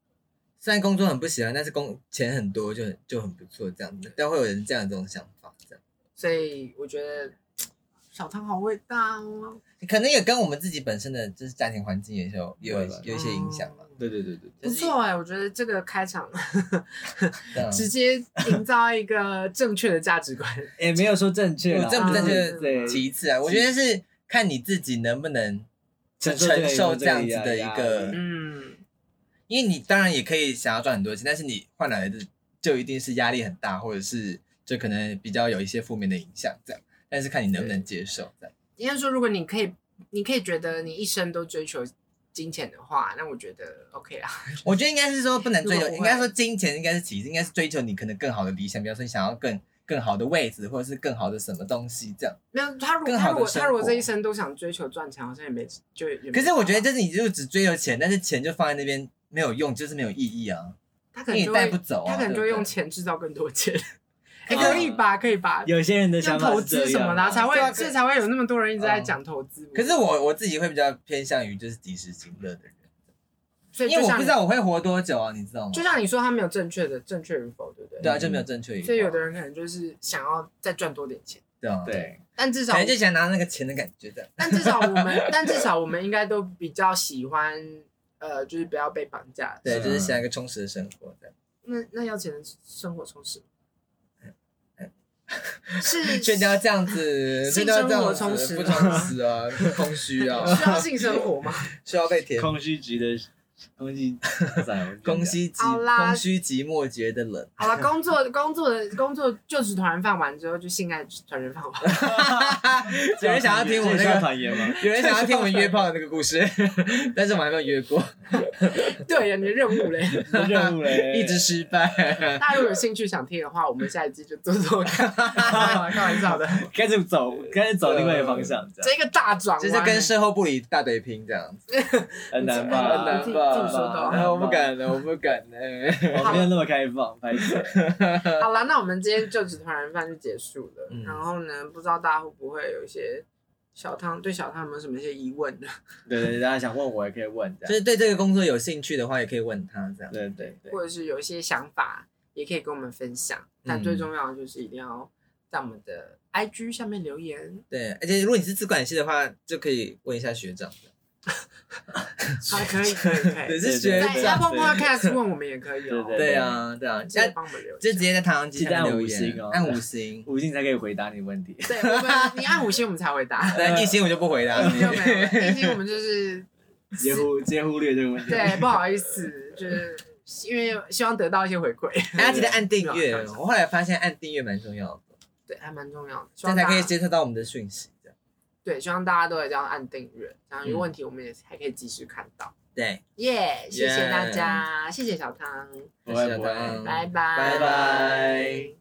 Speaker 2: 虽然工作很不喜欢，但是工钱很多就很就很不错这样子，但会有人这样这种想法这样。
Speaker 1: 所以我觉得小汤好伟大哦，
Speaker 2: 可能也跟我们自己本身的就是家庭环境也是有也有
Speaker 3: 会吧哦
Speaker 2: 有一些影响啊吧。
Speaker 1: 嗯
Speaker 3: 对对 对对
Speaker 1: 不
Speaker 2: 就是嗯
Speaker 1: 错哎、我觉得这个开场
Speaker 2: 这 样
Speaker 1: 直接营造一个正确的价值观。
Speaker 3: 对，也没有说正确啦，
Speaker 2: 我正不正
Speaker 1: 确
Speaker 3: 对，
Speaker 2: 其次啊，我觉得是看你自己能不能
Speaker 3: 承受
Speaker 2: 承受这
Speaker 3: 这
Speaker 2: 样子
Speaker 3: 样子
Speaker 2: 的
Speaker 3: 的
Speaker 2: 一
Speaker 3: 一
Speaker 2: 个
Speaker 3: 个
Speaker 1: 嗯，
Speaker 2: 因为你当然也可以想要赚很多钱，但是你换来的就一定是压力很大，或者是就可能比较有一些负面的影响这样。但是看你能不能接受这样。
Speaker 1: 应该说，如果你可以，你可以觉得你一生都追求金钱的话，那我觉得 OK 啦。
Speaker 2: 我觉得应该是说不能追求
Speaker 1: 如，果我
Speaker 2: 应该说金钱应该是其次，应该是追求你可能更好的理想，比方说你想要更更好的位置，或者是更好的什么东西这样。
Speaker 1: 没有他如果
Speaker 2: 更
Speaker 1: 他
Speaker 2: 好的
Speaker 1: 如果
Speaker 2: 生
Speaker 1: 他如果
Speaker 2: 活
Speaker 1: 这一生都想追求赚钱，好像也没就也没
Speaker 2: 可是我觉得
Speaker 1: 办法
Speaker 2: 就是你如果只追求钱，但是钱就放在那边没有用，就是没有意义啊，
Speaker 1: 他可
Speaker 2: 因
Speaker 1: 能就
Speaker 2: 为你带不
Speaker 1: 会
Speaker 2: 走啊。
Speaker 1: 他可能就
Speaker 2: 对不
Speaker 1: 会
Speaker 2: 对
Speaker 1: 用钱制造更多 钱。哎，
Speaker 2: 啊
Speaker 1: 可以吧？可以吧？
Speaker 3: 有些人的
Speaker 1: 像
Speaker 3: 想法
Speaker 1: 投
Speaker 3: 是这
Speaker 1: 资什
Speaker 3: 样
Speaker 1: 么的啊，才
Speaker 2: 对啊
Speaker 1: 会
Speaker 2: 可
Speaker 1: 所以才会有那么多人一直在
Speaker 2: 嗯
Speaker 1: 讲投资。
Speaker 2: 可是我我自己会比较偏向于就是及时行乐的人，
Speaker 1: 所以
Speaker 2: 因
Speaker 1: 就
Speaker 2: 为我
Speaker 1: 像
Speaker 2: 不
Speaker 1: 你
Speaker 2: 知道我会活多久啊，你知道吗？
Speaker 1: 就像你说，他没有正确的正确与否，对不对？
Speaker 2: 对啊，就没有正确一
Speaker 1: 所以有的
Speaker 2: 人
Speaker 1: 人可能就是想要再赚多点钱，
Speaker 2: 对啊，
Speaker 3: 对，
Speaker 1: 但至少
Speaker 2: 可能就想拿那个钱的感觉这样。
Speaker 1: 但至少我们， 但至少我们应该都比较喜欢，呃，就是啊不要被绑架。
Speaker 2: 对，
Speaker 3: 是
Speaker 2: 就是想一个充实的生 活这样。
Speaker 1: 那那要钱的生活充实
Speaker 2: 嗯
Speaker 1: 吗？ 是
Speaker 2: 所以你要这样子，所以你要这样
Speaker 1: 性生活充实
Speaker 2: 子，不充实啊， 空虚啊，
Speaker 1: 需要性生活吗？
Speaker 2: 需要被填
Speaker 3: 空虚局的空虚，
Speaker 2: 空虚寂
Speaker 1: 好啦
Speaker 2: 空虚寂寞觉得冷。
Speaker 1: 好了，工作工作的工作就是团员饭完之后就性爱团员饭完，
Speaker 2: 有人想要听我们那个，
Speaker 3: 团圆吗？
Speaker 2: 有人想要听我们约炮的那个故事， 但是我们还没有约 过，
Speaker 1: 对呀，你的任务嘞。
Speaker 3: 你的任务嘞，
Speaker 2: 一直失败。
Speaker 1: 大家如果有兴趣想听的话，我们下一季就做做看。开玩笑的，
Speaker 3: 开始走，开始走另外一个方向，这样
Speaker 1: 这个大转
Speaker 2: 就
Speaker 1: 弯欸
Speaker 2: 是跟售后部里大对拼这样子，
Speaker 3: 很难
Speaker 1: 啊
Speaker 2: 很
Speaker 3: 吧？
Speaker 2: 难
Speaker 1: 自己
Speaker 2: 吧？
Speaker 1: 自己说的啊
Speaker 2: 啊我不敢了，我不敢了。
Speaker 3: 我没有那么开放，拍摄。
Speaker 1: 好了，那我们今天就职团人饭就结束了。
Speaker 2: 嗯
Speaker 1: 然后呢，不知道大家会不会有一些小汤对小汤有没有什么一些疑问呢？
Speaker 3: 对对，对大家想问我也可以问，这
Speaker 2: 就
Speaker 3: 样。
Speaker 2: 是对这个工作有兴趣的话，也可以问他这样。
Speaker 3: 对对对
Speaker 1: 或，者是有一些想法，也可以跟我们分享。但最重要的就是一定要在我们的 IG 下面留 言。
Speaker 2: 对，而且如果你是资管系的话，就可以问一下学长。
Speaker 1: 好，可以，可以，可
Speaker 2: 对，
Speaker 1: 以。
Speaker 2: 是
Speaker 3: 对
Speaker 2: 学
Speaker 1: 在
Speaker 3: 对
Speaker 2: 长。
Speaker 1: Apple Podcast 问我们也可以哦。
Speaker 3: 对
Speaker 2: 对啊，对啊，
Speaker 1: 记
Speaker 2: 那
Speaker 1: 得帮我们留言。
Speaker 2: 就直接在唐扬鸡下面留
Speaker 3: 记
Speaker 2: 言
Speaker 3: 得，
Speaker 2: 按
Speaker 3: 按
Speaker 2: 五
Speaker 3: 五
Speaker 2: 星。哦
Speaker 3: 吴静才可以回答你问题。
Speaker 1: 对，我们你按五星我们才回 答，
Speaker 2: 对，啊一星我就不回答
Speaker 1: 一
Speaker 2: 你
Speaker 1: 星。就没有了，一星我们就是
Speaker 3: 直 接忽直接忽略这个问题。
Speaker 1: 对，不好意思，就是因为希望得到一些回馈，
Speaker 2: 大家记得按订
Speaker 1: 没有
Speaker 2: 阅
Speaker 1: 开玩
Speaker 2: 哦。
Speaker 1: 笑
Speaker 2: 我后来发现按订阅蛮重要的，
Speaker 1: 对，还蛮重要的，希
Speaker 2: 这样
Speaker 1: 望
Speaker 2: 才可
Speaker 1: 大
Speaker 2: 以
Speaker 1: 家
Speaker 2: 接收到我们的讯息。这样
Speaker 1: 对，希望大家都也这样按订阅，然后有
Speaker 2: 嗯
Speaker 1: 问题我们也还可以及时看到。
Speaker 2: 对，
Speaker 1: 耶、谢谢大
Speaker 2: Yeah
Speaker 1: 家谢谢小汤，
Speaker 3: 不会不
Speaker 2: 嗯
Speaker 3: 会。
Speaker 1: 拜拜，
Speaker 2: 拜拜